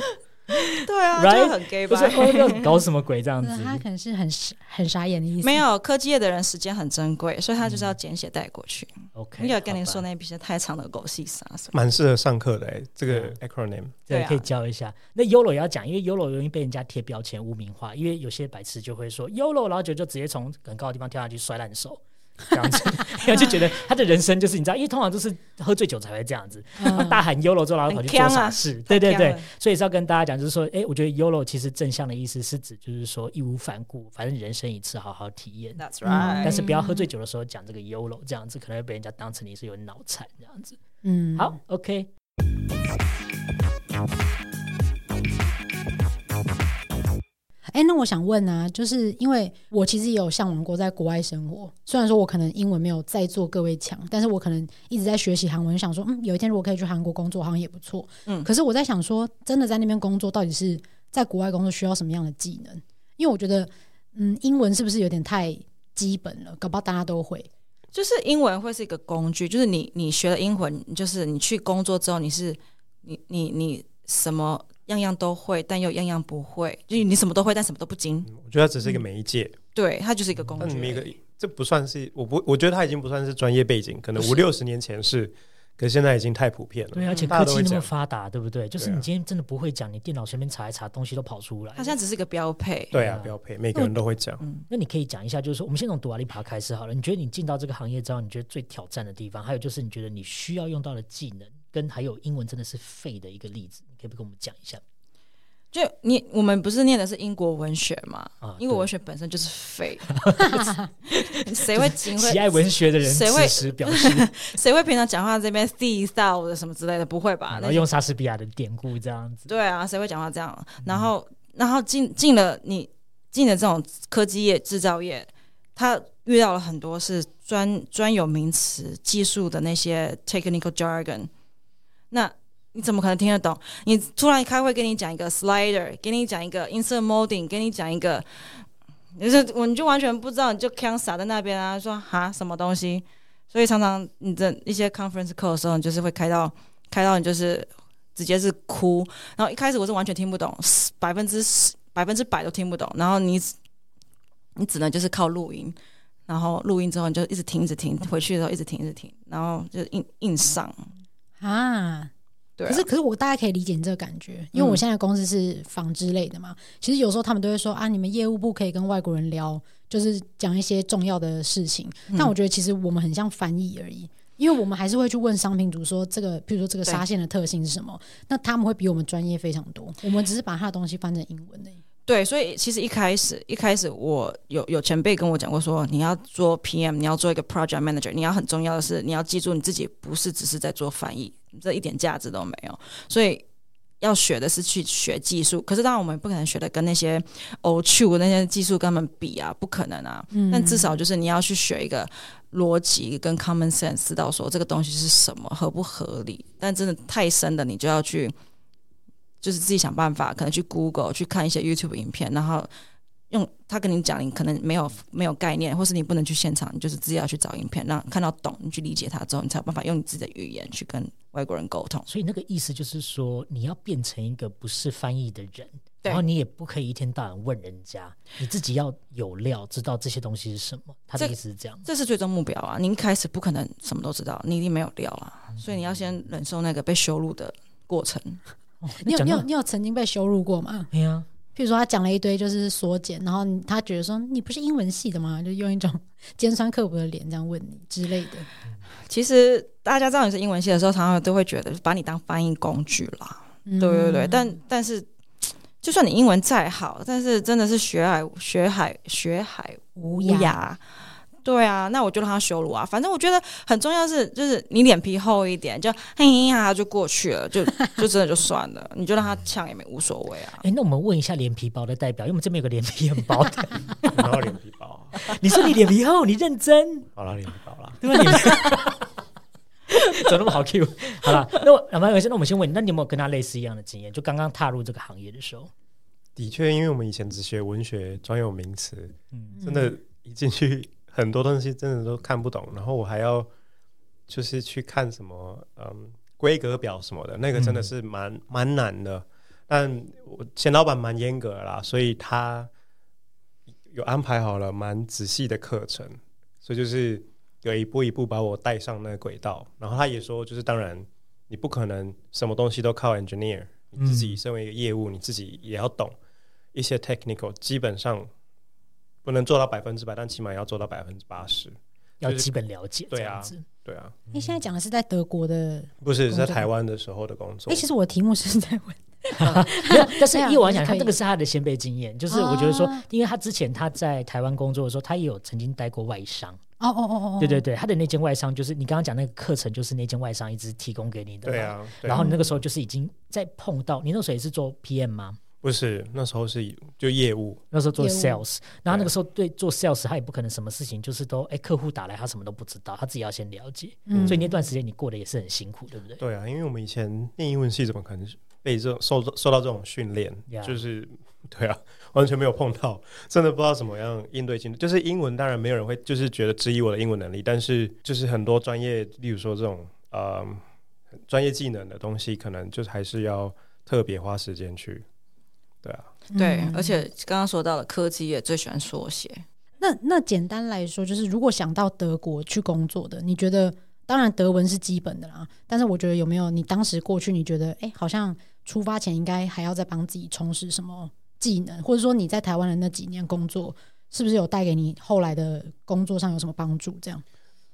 Speaker 3: 对啊
Speaker 1: Right？
Speaker 3: 就很
Speaker 1: *laughs*
Speaker 3: gay
Speaker 1: 不
Speaker 3: 吧
Speaker 1: 是。哦，要搞什么鬼这样子
Speaker 2: 那？他可能是很傻很傻眼的意思。
Speaker 3: 没有科技业的人时间很珍贵，所以他就是要简写带过去。
Speaker 1: OK，
Speaker 3: 没有跟你说
Speaker 1: 好吧，
Speaker 3: 那些太长的狗屁啥什么。
Speaker 4: 蛮适合上课的、欸，这个 acronym。
Speaker 1: 对
Speaker 3: 对，啊
Speaker 1: 可以教一下。那 YOLO 也要讲，因为 YOLO 容易被人家贴标签、污名化，因为有些白痴就会说 YOLO，然后就就直接从很高的地方跳下去摔烂手。 *laughs* 这样
Speaker 3: *laughs*
Speaker 1: 子，然后就觉得他的人生就是你知道，因为通常都是喝醉酒才会这样子，
Speaker 2: 嗯
Speaker 1: *laughs* 大喊 YOLO 之后，然后跑去做傻事。对对
Speaker 3: 很
Speaker 1: 对
Speaker 3: 呛啊，
Speaker 1: 所以是要跟大家讲，就是说，哎，我觉得 YOLO 其实正向的意思是指就是说义无反顾，反正人生一次，好好体验。
Speaker 3: That's
Speaker 2: 嗯
Speaker 3: right，、
Speaker 1: 但是不要喝醉酒的时候讲这个 YOLO，这样子可能会被人家当成你是有脑残这样子。
Speaker 2: 嗯，
Speaker 1: 好，OK。
Speaker 2: 哎、那我想问啊，就是因为我其实也有向往过在国外生活，虽然说我可能英文没有在座各位强，但是我可能一直在学习韩文，想说，嗯，有一天如果可以去韩国工作，好像也不错。
Speaker 3: 嗯
Speaker 2: 可是我在想说，真的在那边工作，到底是在国外工作需要什么样的技能？因为我觉得，嗯，英文是不是有点太基本了？搞不好大家都会。
Speaker 3: 就是英文会是一个工具，就是你你学了英文，就是你去工作之后，你是你你你什么样样都会，但又样样不会，就是你什么都会，但什么都不精。
Speaker 4: 我觉得它只是一个媒介，
Speaker 3: 对，它就是一个工
Speaker 1: 嗯
Speaker 4: 那你
Speaker 3: 具而
Speaker 4: 们
Speaker 3: 已。
Speaker 4: 一个这不算是，我不，我觉得它已经不算是专业背景，可能五六十年前是，可是现在已经太普遍了。嗯
Speaker 1: 对，而且
Speaker 4: 大
Speaker 1: 科
Speaker 4: 家都
Speaker 1: 技
Speaker 4: 会
Speaker 1: 那么
Speaker 4: 讲
Speaker 1: 发达，对不对？就是
Speaker 4: 对啊
Speaker 1: 你今天真的不会讲，你电脑随便查一查，东西都跑出来。
Speaker 3: 它现在只是一个标配。
Speaker 4: 对啊
Speaker 1: 嗯，
Speaker 4: 标配，每个人都会讲。
Speaker 1: 那你可以讲一下，就是说我们先从杜瓦利爬开始好了。你觉得你进到这个行业之后，你觉得最挑战的地方，还有就是你觉得你需要用到的技能，跟还有英文真的是废的一个例子，你可以不跟我们讲一下
Speaker 3: 就你我们不是念的是英国文学嘛？
Speaker 1: 啊？
Speaker 3: 英
Speaker 1: 对
Speaker 3: 国文学本身就是废，谁会精会
Speaker 1: 喜爱文学的人
Speaker 3: 谁会
Speaker 1: 此时表
Speaker 4: *laughs*
Speaker 1: 示，
Speaker 3: 谁会平常讲话这边 see 到的什么之类的？不会吧？
Speaker 1: 然
Speaker 3: 那
Speaker 1: 后用莎士比亚的典故这样子。
Speaker 3: 对啊，谁会讲话这样？然后，然后进进了你进了这种科技业、制造业，他遇到了很多是专专有名词、技术的那些 technical jargon。那你怎么可能听得懂？你突然开会给你讲一个 slider，给你讲一个 insert molding，给你讲一个，就是我你就完全不知道，你就 can 傻在那边啊，说哈什么东西？所以常常你的一些 conference call 的时候，你就是会开到开到你就是直接是哭，然后一开始我是完全听不懂，10%百分之十、百分之百都听不懂。然后你只你只能就是靠录音，然后录音之后你就一直听，一直听，回去的时候一直听，一直听，然后就硬硬上。
Speaker 2: 啊。
Speaker 3: 对啊、
Speaker 2: 可是，可是我大概可以理解你这个感觉，因为我现在公司是纺织类的嘛。其实有时候他们都会说啊，你们业务部可以跟外国人聊，就是讲一些重要的事情。
Speaker 3: 嗯
Speaker 2: 但我觉得其实我们很像翻译而已，因为我们还是会去问商品组说这个，比如说这个
Speaker 3: 对
Speaker 2: 纱线的特性是什么，那他们会比我们专业非常多。我们只是把他的东西翻成英文而已。
Speaker 3: 对，所以其实一开始一开始我有有前辈跟我讲过说，你要做 PM，你要做一个 project manager，你要很重要的是你要记住你自己不是只是在做翻译，这一点价值都没有。所以要学的是去学技术，可是当然我们不可能学的跟那些 O 去那些技术跟他们比啊，不可能啊。
Speaker 2: 嗯
Speaker 3: 但至少就是你要去学一个逻辑跟 common sense，知道说这个东西是什么，合不合理。但真的太深的，你就要去，就是自己想办法，可能去 Google 去看一些 YouTube 影片，然后用他跟你讲，你可能没有没有概念，或是你不能去现场，你就是自己要去找影片，让看到懂，你去理解它之后，你才有办法用你自己的语言去跟外国人沟通。
Speaker 1: 所以那个意思就是说，你要变成一个不是翻译的人，
Speaker 3: 对
Speaker 1: 然后你也不可以一天到晚问人家，你自己要有料，知道这些东西是什么。他的
Speaker 3: 这
Speaker 1: 意思是这样，
Speaker 3: 这是最终目标啊！你一开始不可能什么都知道，你一定没有料啊，所以你要先忍受那个被羞辱的过程。
Speaker 1: 哦
Speaker 2: 你有
Speaker 1: 讲
Speaker 2: 你
Speaker 1: 到
Speaker 2: 有你有曾经被羞辱过吗？
Speaker 1: 哎呀，
Speaker 2: 譬如说他讲了一堆就是缩减，然后你他觉得说你不是英文系的吗？就用一种尖酸刻薄的脸这样问你之类的。
Speaker 3: 其实大家知道你是英文系的时候，常常都会觉得把你当翻译工具啦。
Speaker 2: 嗯
Speaker 3: 对对对，但但是就算你英文再好，但是真的是学海学海学海
Speaker 2: 无
Speaker 3: 无
Speaker 2: 涯，
Speaker 3: 涯。对啊，那我就让他羞辱啊。反正我觉得很重要是，就是你脸皮厚一点，就嘿呀就过去了，就 *laughs* 就真的就算了，你就让他呛也没无所谓啊。
Speaker 1: 哎，那我们问一下脸皮薄的代表，因为我们这边有个脸皮很薄的。
Speaker 4: 然后脸皮薄，
Speaker 1: *laughs* 你说你脸皮厚，你认真，
Speaker 4: 好了，脸皮薄啦。
Speaker 1: 对吧？你 *laughs* 怎么那么好 Q？好了，那我老板有那我们先问你，那你有没有跟他类似一样的经验？就刚刚踏入这个行业的时候，
Speaker 4: 的确，因为我们以前只学文学专有名词，
Speaker 1: 嗯，
Speaker 4: 真的，一进去很多东西真的都看不懂，然后我还要就是去看什么嗯规格表什么的，那个真的是蛮蛮、难的。但我钱老板蛮严格的啦，所以他有安排好了蛮仔细的课程，所以就是有一步一步把我带上那个轨道。然后他也说，就是当然你不可能什么东西都靠 engineer，你自己身为一个业务，你自己也要懂一些 technical，基本上不能做到百分之百，但起码也要做到百分之八十。
Speaker 1: 要
Speaker 4: 就是
Speaker 1: 基本了解，
Speaker 4: 对啊
Speaker 1: 这样子。
Speaker 4: 对啊，
Speaker 2: 你现在讲的是在德国的？
Speaker 4: 不是
Speaker 2: 工
Speaker 4: 在
Speaker 2: 作
Speaker 4: 台湾的时候的工作。
Speaker 2: 哎，其实我的题目是在
Speaker 3: *laughs*
Speaker 2: 问，
Speaker 1: 但是
Speaker 2: 对啊
Speaker 1: 依我来讲，
Speaker 2: 也
Speaker 1: 他
Speaker 2: 是可以
Speaker 1: 这个是他的先辈经验，就是我觉得说
Speaker 2: 啊，
Speaker 1: 因为他之前他在台湾工作的时候，他也有曾经待过外商，
Speaker 2: 哦哦哦哦，哦
Speaker 1: 对对，对，他的那间外商就是你刚刚讲那个课程，就是那间外商一直提供给你的，
Speaker 4: 对。啊，对啊
Speaker 1: 然后你那个时候就是已经在碰到，你那时候也是做 PM 吗？
Speaker 4: 不是那时候是就业务，
Speaker 1: 那时候做
Speaker 2: 业务
Speaker 1: sales，然后那
Speaker 4: 对
Speaker 1: 个时候对做 sales 他也不可能什么事情就是都哎客户打来他什么都不知道，他自己要先了解，
Speaker 2: 嗯
Speaker 1: 所以那段时间你过得也是很辛苦，对不对？
Speaker 4: 对啊，因为我们以前念英文系怎么可能被这种受受到这种训练
Speaker 1: Yeah
Speaker 4: 就是对啊，完全没有碰到，真的不知道怎么样应对进就是英文当然没有人会就是觉得质疑我的英文能力，但是就是很多专业，例如说这种呃专业技能的东西，可能就是还是要特别花时间去。对啊，
Speaker 3: 对，
Speaker 2: 嗯
Speaker 3: 而且刚刚说到了科技也最喜欢缩写，
Speaker 2: 那那简单来说，就是如果想到德国去工作的，你觉得当然德文是基本的啦，但是我觉得有没有你当时过去，你觉得哎、诶好像出发前应该还要再帮自己充实什么技能，或者说你在台湾的那几年工作，是不是有带给你后来的工作上有什么帮助？这样，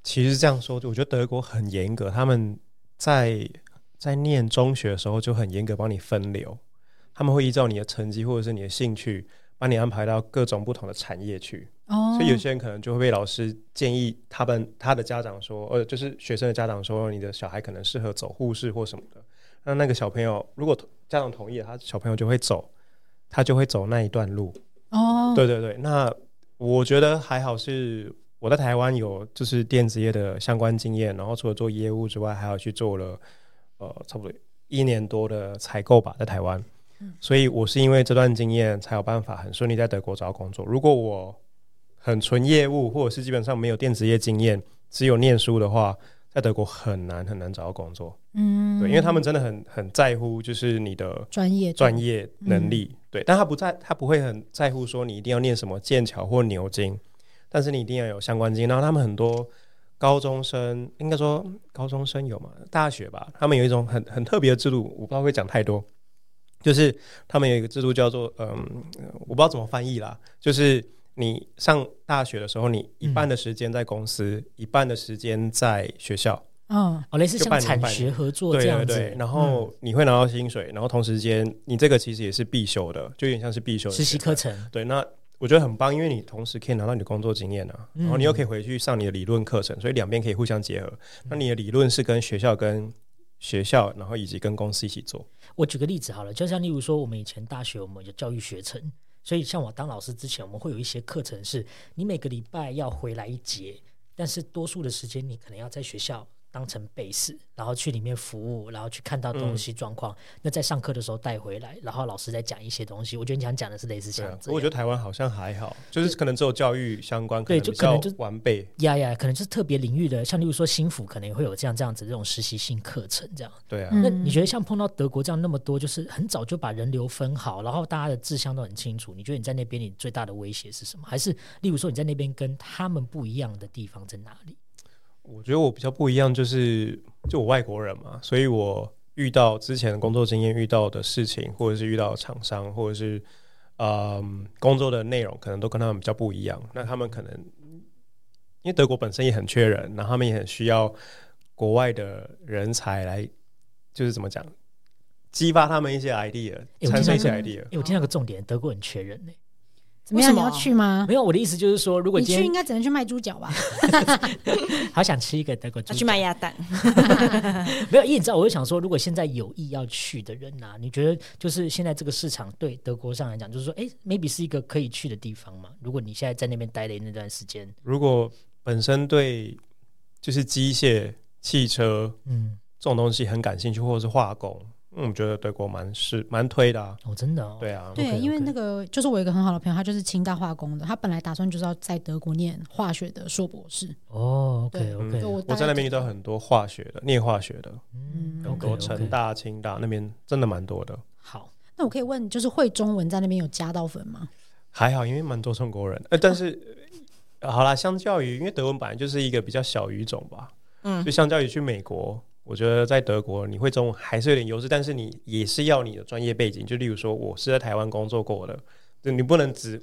Speaker 4: 其实这样说，我觉得德国很严格，他们在在念中学的时候就很严格帮你分流，他们会依照你的成绩或者是你的兴趣，把你安排到各种不同的产业去。
Speaker 2: 哦
Speaker 4: 所以有些人可能就会被老师建议他们他的家长说，呃，就是学生的家长说，你的小孩可能适合走护士或什么的。那那个小朋友如果同家长同意了，他小朋友就会走，他就会走那一段路。
Speaker 2: 哦，
Speaker 4: 对对对，那我觉得还好是我在台湾有就是电子业的相关经验，然后除了做业务之外，还有去做了呃差不多一年多的采购吧，在台湾。所以我是因为这段经验才有办法很顺利在德国找到工作。如果我很纯业务，或者是基本上没有电子业经验，只有念书的话，在德国很难很难找到工作。
Speaker 2: 嗯，
Speaker 4: 对，因为他们真的很很在乎就是你的
Speaker 2: 专业
Speaker 4: 专业能力，对，但他不在，他不会很在乎说你一定要念什么剑桥或牛津，但是你一定要有相关经验。然后他们很多高中生，应该说高中生有嘛，大学吧，他们有一种很很特别的制度，我不知道会讲太多，就是他们有一个制度叫做嗯，我不知道怎么翻译啦，就是你上大学的时候，你一半的时间在公司，一半的时间在学校，
Speaker 2: 嗯
Speaker 1: 哦，类似
Speaker 4: 就
Speaker 1: 像
Speaker 4: 半年
Speaker 1: 产
Speaker 4: 半
Speaker 1: 学
Speaker 4: 年
Speaker 1: 合作
Speaker 4: 对
Speaker 1: 这
Speaker 4: 对
Speaker 1: 样子，嗯
Speaker 4: 对，然后嗯你会拿到薪水，然后同时间你这个其实也是必修的，就有点像是必修的
Speaker 1: 实习
Speaker 4: 学
Speaker 1: 课。
Speaker 4: 分
Speaker 1: 程，
Speaker 4: 对，那我觉得很棒，因为你同时可以拿到你的工作经验啊，然后你
Speaker 1: 嗯
Speaker 4: 又可以回去上你的理论课程，所以两边可以互相结合。那你的理论是跟学校跟学校，然后以及跟公司一起做。
Speaker 1: 我举个例子好了，就像例如说，我们以前大学我们有教育学程，所以像我当老师之前，我们会有一些课程是你每个礼拜要回来一节，但是多数的时间你可能要在学校当成 base，然后去里面服务，然后去看
Speaker 4: 嗯
Speaker 1: 到东西状况。那在上课的时候带回来，然后老师再讲一些东西。我觉得你想讲的是类似
Speaker 4: 对
Speaker 1: 像这
Speaker 4: 啊，不
Speaker 1: 样。
Speaker 4: 过我觉得台湾好像还好，就是可能只有教育相关，
Speaker 1: 对
Speaker 4: 可能
Speaker 1: 就
Speaker 4: 比
Speaker 1: 可能
Speaker 4: 较
Speaker 1: 就是
Speaker 4: 完备。
Speaker 1: 呀呀，可能就是特别领域的，像例如说新辅可能也会有这样这样子这种实习性课程这样。
Speaker 4: 对啊，
Speaker 2: 嗯
Speaker 1: 那你觉得像碰到德国这样那么多，就是很早就把人流分好，然后大家的志向都很清楚，你觉得你在那边你最大的威胁是什么？还是例如说你在那边跟他们不一样的地方在哪
Speaker 2: 哦
Speaker 1: 里？
Speaker 4: 我觉得我比较不一样，就是就我外国人嘛，所以我遇到之前工作经验遇到的事情，或者是遇到的厂商，或者是嗯工作的内容，可能都跟他们比较不一样。那他们可能因为德国本身也很缺人，然后他们呃也很需要国外的人才来，就是怎么讲，激发他们一些 idea，
Speaker 1: 我
Speaker 4: 产生一
Speaker 1: 听
Speaker 4: 些
Speaker 1: 到
Speaker 4: idea。
Speaker 1: 因为我听到个重点，德国很缺人呢、
Speaker 2: 怎么样？
Speaker 3: 为
Speaker 2: 你
Speaker 3: 什么
Speaker 2: 要去吗？
Speaker 1: 没有，我的意思就是说，如果
Speaker 2: 你
Speaker 1: 今
Speaker 2: 去应
Speaker 1: 天
Speaker 2: 该只能去卖猪脚吧？
Speaker 4: 哦
Speaker 1: 好想吃一个德国猪
Speaker 2: 啊
Speaker 3: 他
Speaker 1: 脚，
Speaker 3: 去卖鸭蛋，
Speaker 1: 没有，因为你知道，我就想说，如果现在有意要去的人呐、你觉得就是现在这个市场对德国上来讲，就是说，哎，maybe 是一个可以去的地方嘛？如果你现在在那边待的那段时间，
Speaker 4: 如果本身对就是机械、汽车
Speaker 1: 嗯，
Speaker 4: 这种东西很感兴趣，或者是化工，嗯，我觉得德国蛮是蛮推的、啊。
Speaker 1: 哦，真的哦，
Speaker 4: 对啊，
Speaker 2: 对，
Speaker 1: OK，OK
Speaker 2: 因为那个就是我有一个很好的朋友，他就是清大化工的，他本来打算就是要在德国念化学的硕博士。
Speaker 1: 哦，OK
Speaker 2: 对啊
Speaker 4: 嗯
Speaker 1: OK，
Speaker 2: 就我大
Speaker 4: 我
Speaker 2: 概
Speaker 4: 在那边遇到很多化学的，念化学的，
Speaker 1: 嗯
Speaker 2: 嗯
Speaker 4: 很
Speaker 1: OK，
Speaker 4: 多
Speaker 1: OK，
Speaker 4: 成大、清大那边真的蛮多的。
Speaker 1: 好，
Speaker 2: 那我可以问，就是会中文在那边有加到分吗？
Speaker 4: 还好，因为蛮多中国人，呃，但是。呃好啦，相较于因为德文本来就是一个比较小语种吧，
Speaker 3: 嗯
Speaker 4: 就，相较于去美国，我觉得在德国你会中文还是有点优势，但是你也是要你的专业背景，就例如说我是在台湾工作过的，就你不能只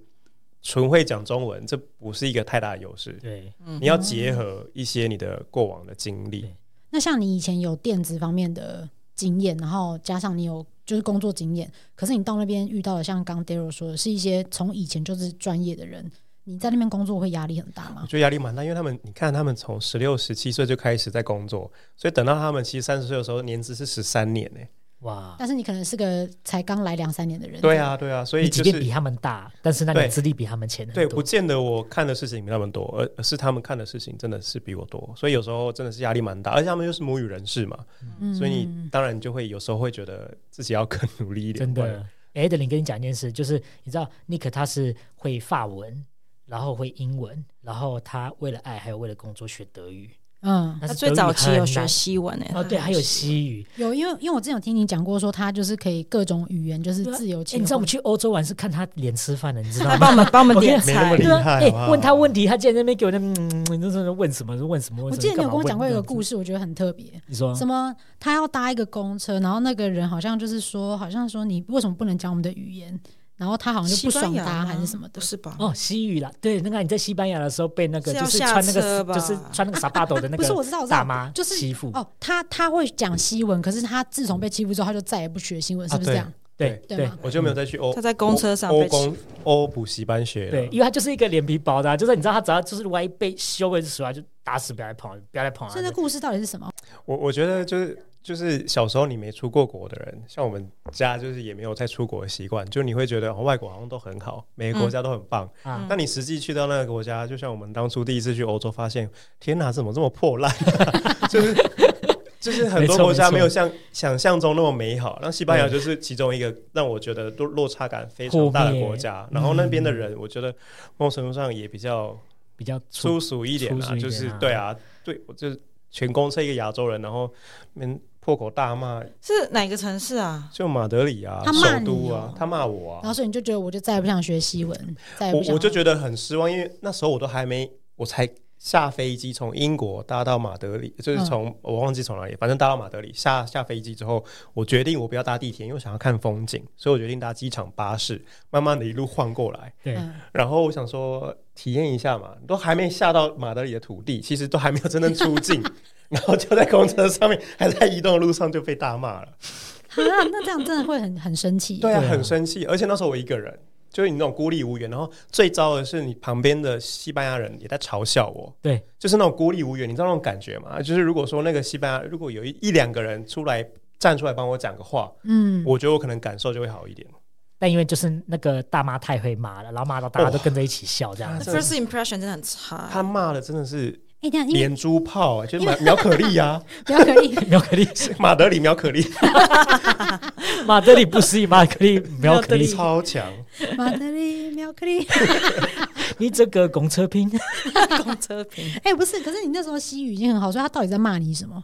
Speaker 4: 纯会讲中文，这不是一个太大的优势。
Speaker 1: 对，
Speaker 4: 你要结合一些你的过往的经历
Speaker 1: 哦对，
Speaker 2: 那像你以前有电子方面的经验，然后加上你有就是工作经验，可是你到那边遇到的，像刚 Daryl 说的，是一些从以前就是专业的人，你在那边工作会压力很大
Speaker 4: 我
Speaker 2: 吗？
Speaker 4: 觉得压力蛮大，因为他们，你看他们从十六、十七岁就开始在工作，所以等到他们其实三十岁的时候，年资是十三年呢、
Speaker 1: 哇，
Speaker 2: 但是你可能是个才刚来两三年的人，
Speaker 4: 对，啊，对啊，所以
Speaker 1: 你即
Speaker 4: 就
Speaker 1: 便比
Speaker 4: 是
Speaker 1: 他们大，但是那你
Speaker 4: 对
Speaker 1: 资历比他们浅很
Speaker 4: 对，不
Speaker 1: 多，
Speaker 4: 见得我看的事情比他们多，而而是他们看的事情真的是比我多，所以有时候真的是压力蛮大，而且他们又是母语人士嘛，
Speaker 2: 嗯
Speaker 4: 所以你当然就会有时候会觉得自己要更努力一点，
Speaker 1: 真
Speaker 4: 或者
Speaker 1: 的。哎，德林跟你讲一件事，就是你知道，Nick 他是会法文，然后会英文，然后他为了爱还有为了工作学德语，
Speaker 2: 嗯，
Speaker 1: 但
Speaker 3: 他
Speaker 1: 是
Speaker 3: 最
Speaker 1: 德语
Speaker 3: 早期
Speaker 1: 很
Speaker 3: 有学
Speaker 1: 难
Speaker 3: 西文欸诶，
Speaker 1: 哦，对，还有西语，
Speaker 2: 有，因为因为我之前有听你讲过，说他就是可以各种语言，就是
Speaker 1: 对啊
Speaker 2: 自由
Speaker 1: 哎、
Speaker 2: 切
Speaker 1: 你知道我
Speaker 2: 换
Speaker 1: 们。去欧洲玩是看他脸吃饭的，你知道
Speaker 2: *laughs*
Speaker 4: *laughs*
Speaker 1: 吗？
Speaker 3: 他帮我们帮我们
Speaker 1: 我跟
Speaker 3: 点
Speaker 1: 你
Speaker 4: 没那
Speaker 3: 菜
Speaker 4: 么厉，
Speaker 1: 对啊，
Speaker 4: 害
Speaker 1: 哎、
Speaker 4: 好不好
Speaker 1: 问他问题，他竟然在那边给我那嗯，你这是问什么？问什么？问什
Speaker 2: 我
Speaker 1: 么？
Speaker 2: 记得你有跟我讲过一个
Speaker 1: 事，
Speaker 2: 故事，我觉得很特别。
Speaker 1: 你说
Speaker 2: 什么？他要搭一个公车，然后那个人好像就是说，好像说你为什么不能讲我们的语言？然后他好像就不
Speaker 3: 西班
Speaker 2: 爽
Speaker 3: 牙
Speaker 2: 搭
Speaker 3: 吗
Speaker 2: 还是什么的
Speaker 3: 不。是吧？
Speaker 1: 哦，西语啦，对，那个你在西班牙的时候被那个
Speaker 3: 是
Speaker 1: 就
Speaker 3: 要
Speaker 1: 是
Speaker 3: 下
Speaker 1: 穿那
Speaker 3: 车
Speaker 1: 个
Speaker 3: 吧
Speaker 1: 就是穿
Speaker 2: *laughs*
Speaker 1: 那个傻巴斗的那
Speaker 2: 不是，我
Speaker 1: 个
Speaker 2: 知道，我知
Speaker 1: 大
Speaker 2: 道，
Speaker 1: 妈
Speaker 2: 就是
Speaker 1: 欺负，
Speaker 2: 哦，他他会讲西文，可是他自从被欺负之后，他就再也不学西文，是不是
Speaker 4: 啊
Speaker 2: 这样？
Speaker 1: 对
Speaker 2: 对
Speaker 1: 对
Speaker 2: 吗
Speaker 4: 我就没有再去欧
Speaker 3: 他在公车上
Speaker 4: 欧
Speaker 3: 被欺
Speaker 4: 工欧补习班学了
Speaker 1: 对，因为他就是一个脸皮薄的啊、就是你知道他只要就是万一被羞愧出来，就打死不要来碰，不要来碰啊
Speaker 2: 所以那故事到底是什么？
Speaker 4: 我我觉得就是就是小时候你没出过国的人，像我们家就是也没有在出国的习惯，就你会觉得、哦、外国好像都很好，每个国家都很棒。
Speaker 2: 嗯
Speaker 1: 啊！
Speaker 4: 但你实际去到那个国家，就像我们当初第一次去欧洲，发现天哪，怎么这么破烂、啊 *laughs* 就是就是很
Speaker 1: 没
Speaker 4: 多
Speaker 1: 错
Speaker 4: 国家
Speaker 1: 没错
Speaker 4: 没有像想象中那么美好。那西班牙就是其中一个让我觉得落落差感非常大
Speaker 1: 破
Speaker 4: 的
Speaker 1: 灭嗯
Speaker 4: 国家。然后那边的人，我觉得某种程度上也比较
Speaker 1: 比较粗
Speaker 4: 粗俗一点
Speaker 1: 粗俗
Speaker 4: 啊，
Speaker 1: 一点啊
Speaker 4: 就是对啊，对我就是全公车一个亚洲人，然后嗯破口大骂，
Speaker 3: 是哪个城市啊？
Speaker 4: 就马德里啊，
Speaker 2: 他骂
Speaker 4: 首
Speaker 2: 你
Speaker 4: 都啊
Speaker 2: 哦，
Speaker 4: 他骂我
Speaker 2: 然后
Speaker 4: 啊，
Speaker 2: 所以你就觉得我就再也不想学西文，再也不想
Speaker 4: 我我就觉得很失望，因为那时候我都还没，我才下飞机从英国搭到马德
Speaker 2: 嗯
Speaker 4: 里，就是从、我忘记从哪里，反正搭到马德里下下飞机之后，我决定我不要搭地铁，因为我想要看风景，所以我决定搭机场巴士，慢慢的一路晃过来。
Speaker 1: 对
Speaker 2: 嗯
Speaker 4: 然后我想说体验一下嘛，都还没下到马德里的土地，其实都还没有真正出 *laughs* 境，然后就在公车上面，还在移动的路上就被大骂了。
Speaker 2: 啊，那这样真的会很很生气。
Speaker 4: 对啊，
Speaker 1: 对啊
Speaker 4: 很生气，而且那时候我一个人，就是你那种孤立无援。然后最糟的是，你旁边的西班牙人也在嘲笑我，
Speaker 1: 对，
Speaker 4: 就是那种孤立无援，你知道那种感觉吗？就是如果说那个西班牙，如果有一一两个人出来站出来帮我讲个话，
Speaker 2: 嗯，
Speaker 4: 我觉得我可能感受就会好一点。
Speaker 1: 但因为就是那个大妈
Speaker 4: 哦
Speaker 1: 太会骂了，然后骂到大家都跟着一起笑这样
Speaker 4: 哇
Speaker 1: 子。
Speaker 4: 真
Speaker 3: *laughs*
Speaker 4: 的
Speaker 3: First impression 真的很差，
Speaker 4: 他骂的真的是
Speaker 2: 哎，这样因为
Speaker 4: 连珠炮，啊就是 *laughs* 苗苗可丽啊，
Speaker 2: 比较可以，
Speaker 1: 苗 *laughs* 可丽，
Speaker 4: 马德里苗可丽
Speaker 1: 马德里不思议，马可丽，苗可丽，
Speaker 4: 超强，
Speaker 2: 马德里苗克利。
Speaker 1: 你这个拱车拼，
Speaker 3: 公车评，
Speaker 2: *laughs* 哎，不是，可是你那时候西语已经很好，所以他到底在骂你什么？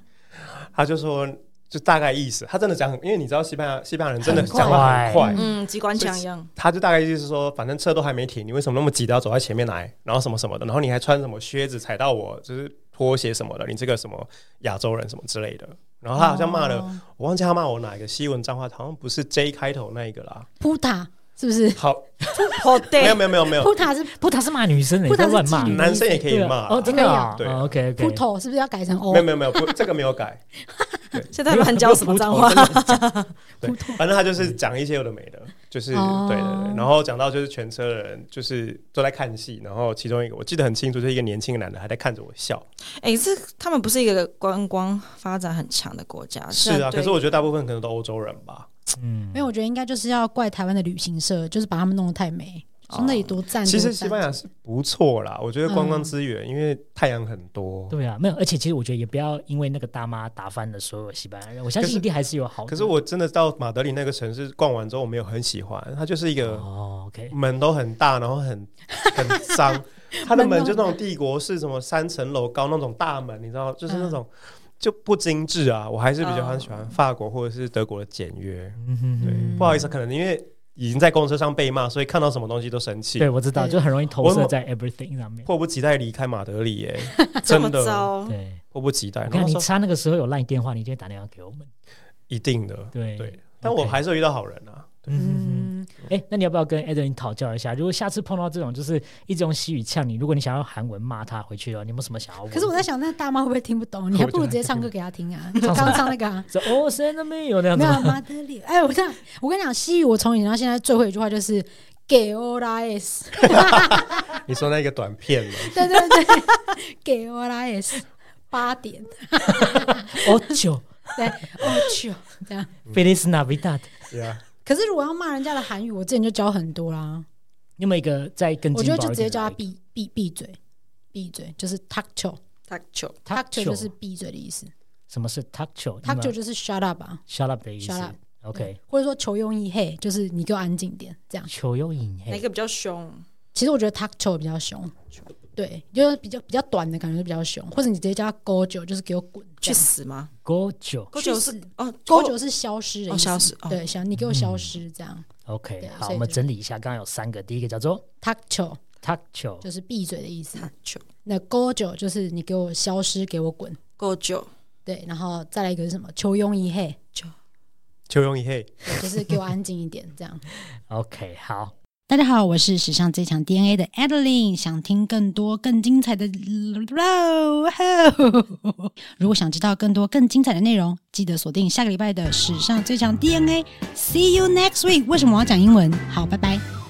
Speaker 4: 他就说就大概意思，他真的讲很，因为你知道西班牙西班牙人真的
Speaker 1: 很快
Speaker 4: 讲话很快，
Speaker 3: *laughs* 嗯，机关枪一样，
Speaker 4: 他就大概意思是说，反正车都还没停，你为什么那么急的要走在前面来？然后什么什么的，然后你还穿什么靴子踩到我，就是拖鞋什么的，你这个什么亚洲人什么之类的。然后他好像骂了，
Speaker 2: 哦
Speaker 4: 我忘记他骂我哪一个西文脏话，好像不是 J 开头那一个啦。
Speaker 2: 扑塔，是不是？
Speaker 4: 好，
Speaker 3: 好
Speaker 4: 没有
Speaker 3: 对，
Speaker 4: 没有没有没有，
Speaker 2: 扑塔是
Speaker 1: 不，他是骂女生的，你
Speaker 2: 不
Speaker 1: 不
Speaker 2: 他
Speaker 1: 要乱
Speaker 2: 是
Speaker 1: 骂
Speaker 2: 妓。女
Speaker 4: 男生也可以
Speaker 1: 对啊
Speaker 4: 骂啦
Speaker 1: 哦，真的
Speaker 4: 可以啊对
Speaker 1: ，OK
Speaker 2: 扑
Speaker 1: OK，
Speaker 2: 头，是不是要改成哦欧
Speaker 4: 没有没有没有，不这个没有改。
Speaker 3: 现在乱教什么脏 *laughs* 话？
Speaker 4: 对， *laughs* 反正他就是讲一些有的没的，就是
Speaker 2: 哦
Speaker 4: 对对对。然后讲到就是全车的人就是都在看戏，然后其中一个我记得很清楚，就是一个年轻的男的还在看着我笑。
Speaker 3: 哎，这他们不是一个观光发展很强的国家，
Speaker 4: 是
Speaker 3: 虽
Speaker 4: 啊，
Speaker 3: 然
Speaker 4: 可
Speaker 3: 对
Speaker 4: 是我觉得大部分可能都欧洲人吧。
Speaker 1: 嗯
Speaker 2: 没有，我觉得应该就是要怪台湾的旅行社，就是把他们弄得太美，
Speaker 3: 哦
Speaker 2: 说那里多赞。
Speaker 4: 其
Speaker 2: 多
Speaker 4: 实
Speaker 2: 赞
Speaker 4: 西班牙是不错啦，我觉得观光资源，因为太阳很多。
Speaker 1: 对啊，没有，而且其实我觉得也不要因为那个大妈打翻了所有西班牙人，我相
Speaker 4: 可
Speaker 1: 信
Speaker 4: 是
Speaker 1: 一定还是有好的。哦
Speaker 4: 可是我真的到马德里那个城市逛完之后，我没有很喜欢，它就是一个
Speaker 1: 哦，OK，
Speaker 4: 门都很大，然后
Speaker 1: *laughs*
Speaker 4: 很很脏，它的门就那种帝国式什么三层楼高那种大门，你知道，就是那
Speaker 1: 嗯
Speaker 4: 种就不精致啊。我还是比较
Speaker 3: 哦
Speaker 4: 喜欢法国或者是德国的简约。
Speaker 1: 嗯哼
Speaker 4: 对
Speaker 1: 哼，
Speaker 2: 嗯
Speaker 4: 不好意思，可能因为已经在公车上被骂，所以看到什么东西都生气
Speaker 1: 对，，我知道，
Speaker 2: 对
Speaker 1: 就很容易投
Speaker 4: 我
Speaker 1: 射
Speaker 4: 我
Speaker 1: 在 everything 上面。
Speaker 4: 迫不及待离开马德里
Speaker 1: *laughs*
Speaker 4: 耶，
Speaker 3: 这
Speaker 4: 真
Speaker 3: 么
Speaker 4: 的
Speaker 3: 糟，
Speaker 1: 对，
Speaker 4: 迫不及待。
Speaker 1: 我
Speaker 4: 然
Speaker 1: 看
Speaker 4: 后
Speaker 1: 你
Speaker 4: 说
Speaker 1: 差那个时候有烂电话，你就会打电话给我们。
Speaker 4: 一定的，
Speaker 1: 对
Speaker 4: 对，但我
Speaker 1: 哎 OK
Speaker 4: 还是有遇到好人啊。对
Speaker 1: 嗯，
Speaker 2: 嗯，
Speaker 1: 哎，那你要不要跟 Edwin 讨教一下？如果下次碰到这种就是一直用西语呛你，如果你想要韩文骂他回去哦，你有没有什么想要问？
Speaker 2: 可是我在想，那大妈会不会听不懂？你还不如直接唱歌给她听
Speaker 4: *laughs*
Speaker 2: 啊！你就刚刚唱那个啊，
Speaker 1: 说哦，真的没有那样
Speaker 2: 没
Speaker 1: 子
Speaker 2: 有
Speaker 1: 吗。
Speaker 2: 马德里。哎，我这样，我跟你讲，西语我从以前到现在最会一句话就是“给我来 s”， *laughs*
Speaker 4: 你说那个短片吗？
Speaker 2: 对对对， *laughs* 给我来 s，八点，
Speaker 1: 哦，九
Speaker 2: 对，哦去这样。
Speaker 1: ，Feliz Navidad。
Speaker 4: *laughs* 对啊，
Speaker 2: 可是如果要骂人家的韩语，我之前就教很多啦，
Speaker 1: 你有没有一个再更
Speaker 2: 我
Speaker 1: 劲
Speaker 2: 觉
Speaker 1: 爆一点的？
Speaker 2: 得就直接叫他闭闭闭嘴，闭嘴就是 “talk to”。
Speaker 3: 他球
Speaker 2: talk to
Speaker 1: Tacho
Speaker 2: 就是闭嘴的意思
Speaker 1: 什么是 talk show？
Speaker 2: ，talk to 就是 shut up 啊，
Speaker 1: shut up 的意思
Speaker 2: shut up。
Speaker 1: OK，
Speaker 2: 或者说求用意嘿，就是你给我安静点这样。
Speaker 1: 求有引
Speaker 3: 哪
Speaker 1: 嘿，
Speaker 3: 个比较凶？
Speaker 2: 其实我觉得 talk to 比较凶，对，就是比较比较短的感觉就比较凶，或者你直接叫他 go 九，就是给我滚
Speaker 3: 去死吗？
Speaker 1: go 九
Speaker 3: 勾九是哦，
Speaker 2: go 九是消失的意
Speaker 3: 哦
Speaker 2: 思，
Speaker 3: 消失哦嗯
Speaker 2: 对，消你给我消失这样。
Speaker 1: OK，
Speaker 2: 对
Speaker 1: 好，
Speaker 2: 所以
Speaker 1: 我们
Speaker 2: 就
Speaker 1: 整理一下，刚刚有三个，第一个叫做
Speaker 2: talk to
Speaker 1: talk show，
Speaker 2: 就是闭嘴的意思，
Speaker 3: 他球
Speaker 2: 那 go 九就是你给我消失，给我滚。
Speaker 3: 勾九
Speaker 2: 对，然后再来一个是什么？求用意嘿，
Speaker 4: 邱永一嘿，
Speaker 2: 对就是给我安静一点这样。
Speaker 1: OK，好，
Speaker 2: *laughs* 大家好，我是史上最强 DNA 的 Adeline。想听更多更精彩的， *laughs* 如果想知道更多更精彩的内容，记得锁定下个礼拜的史上最强 DNA。See you next week。为什么我要讲英文？好，拜拜。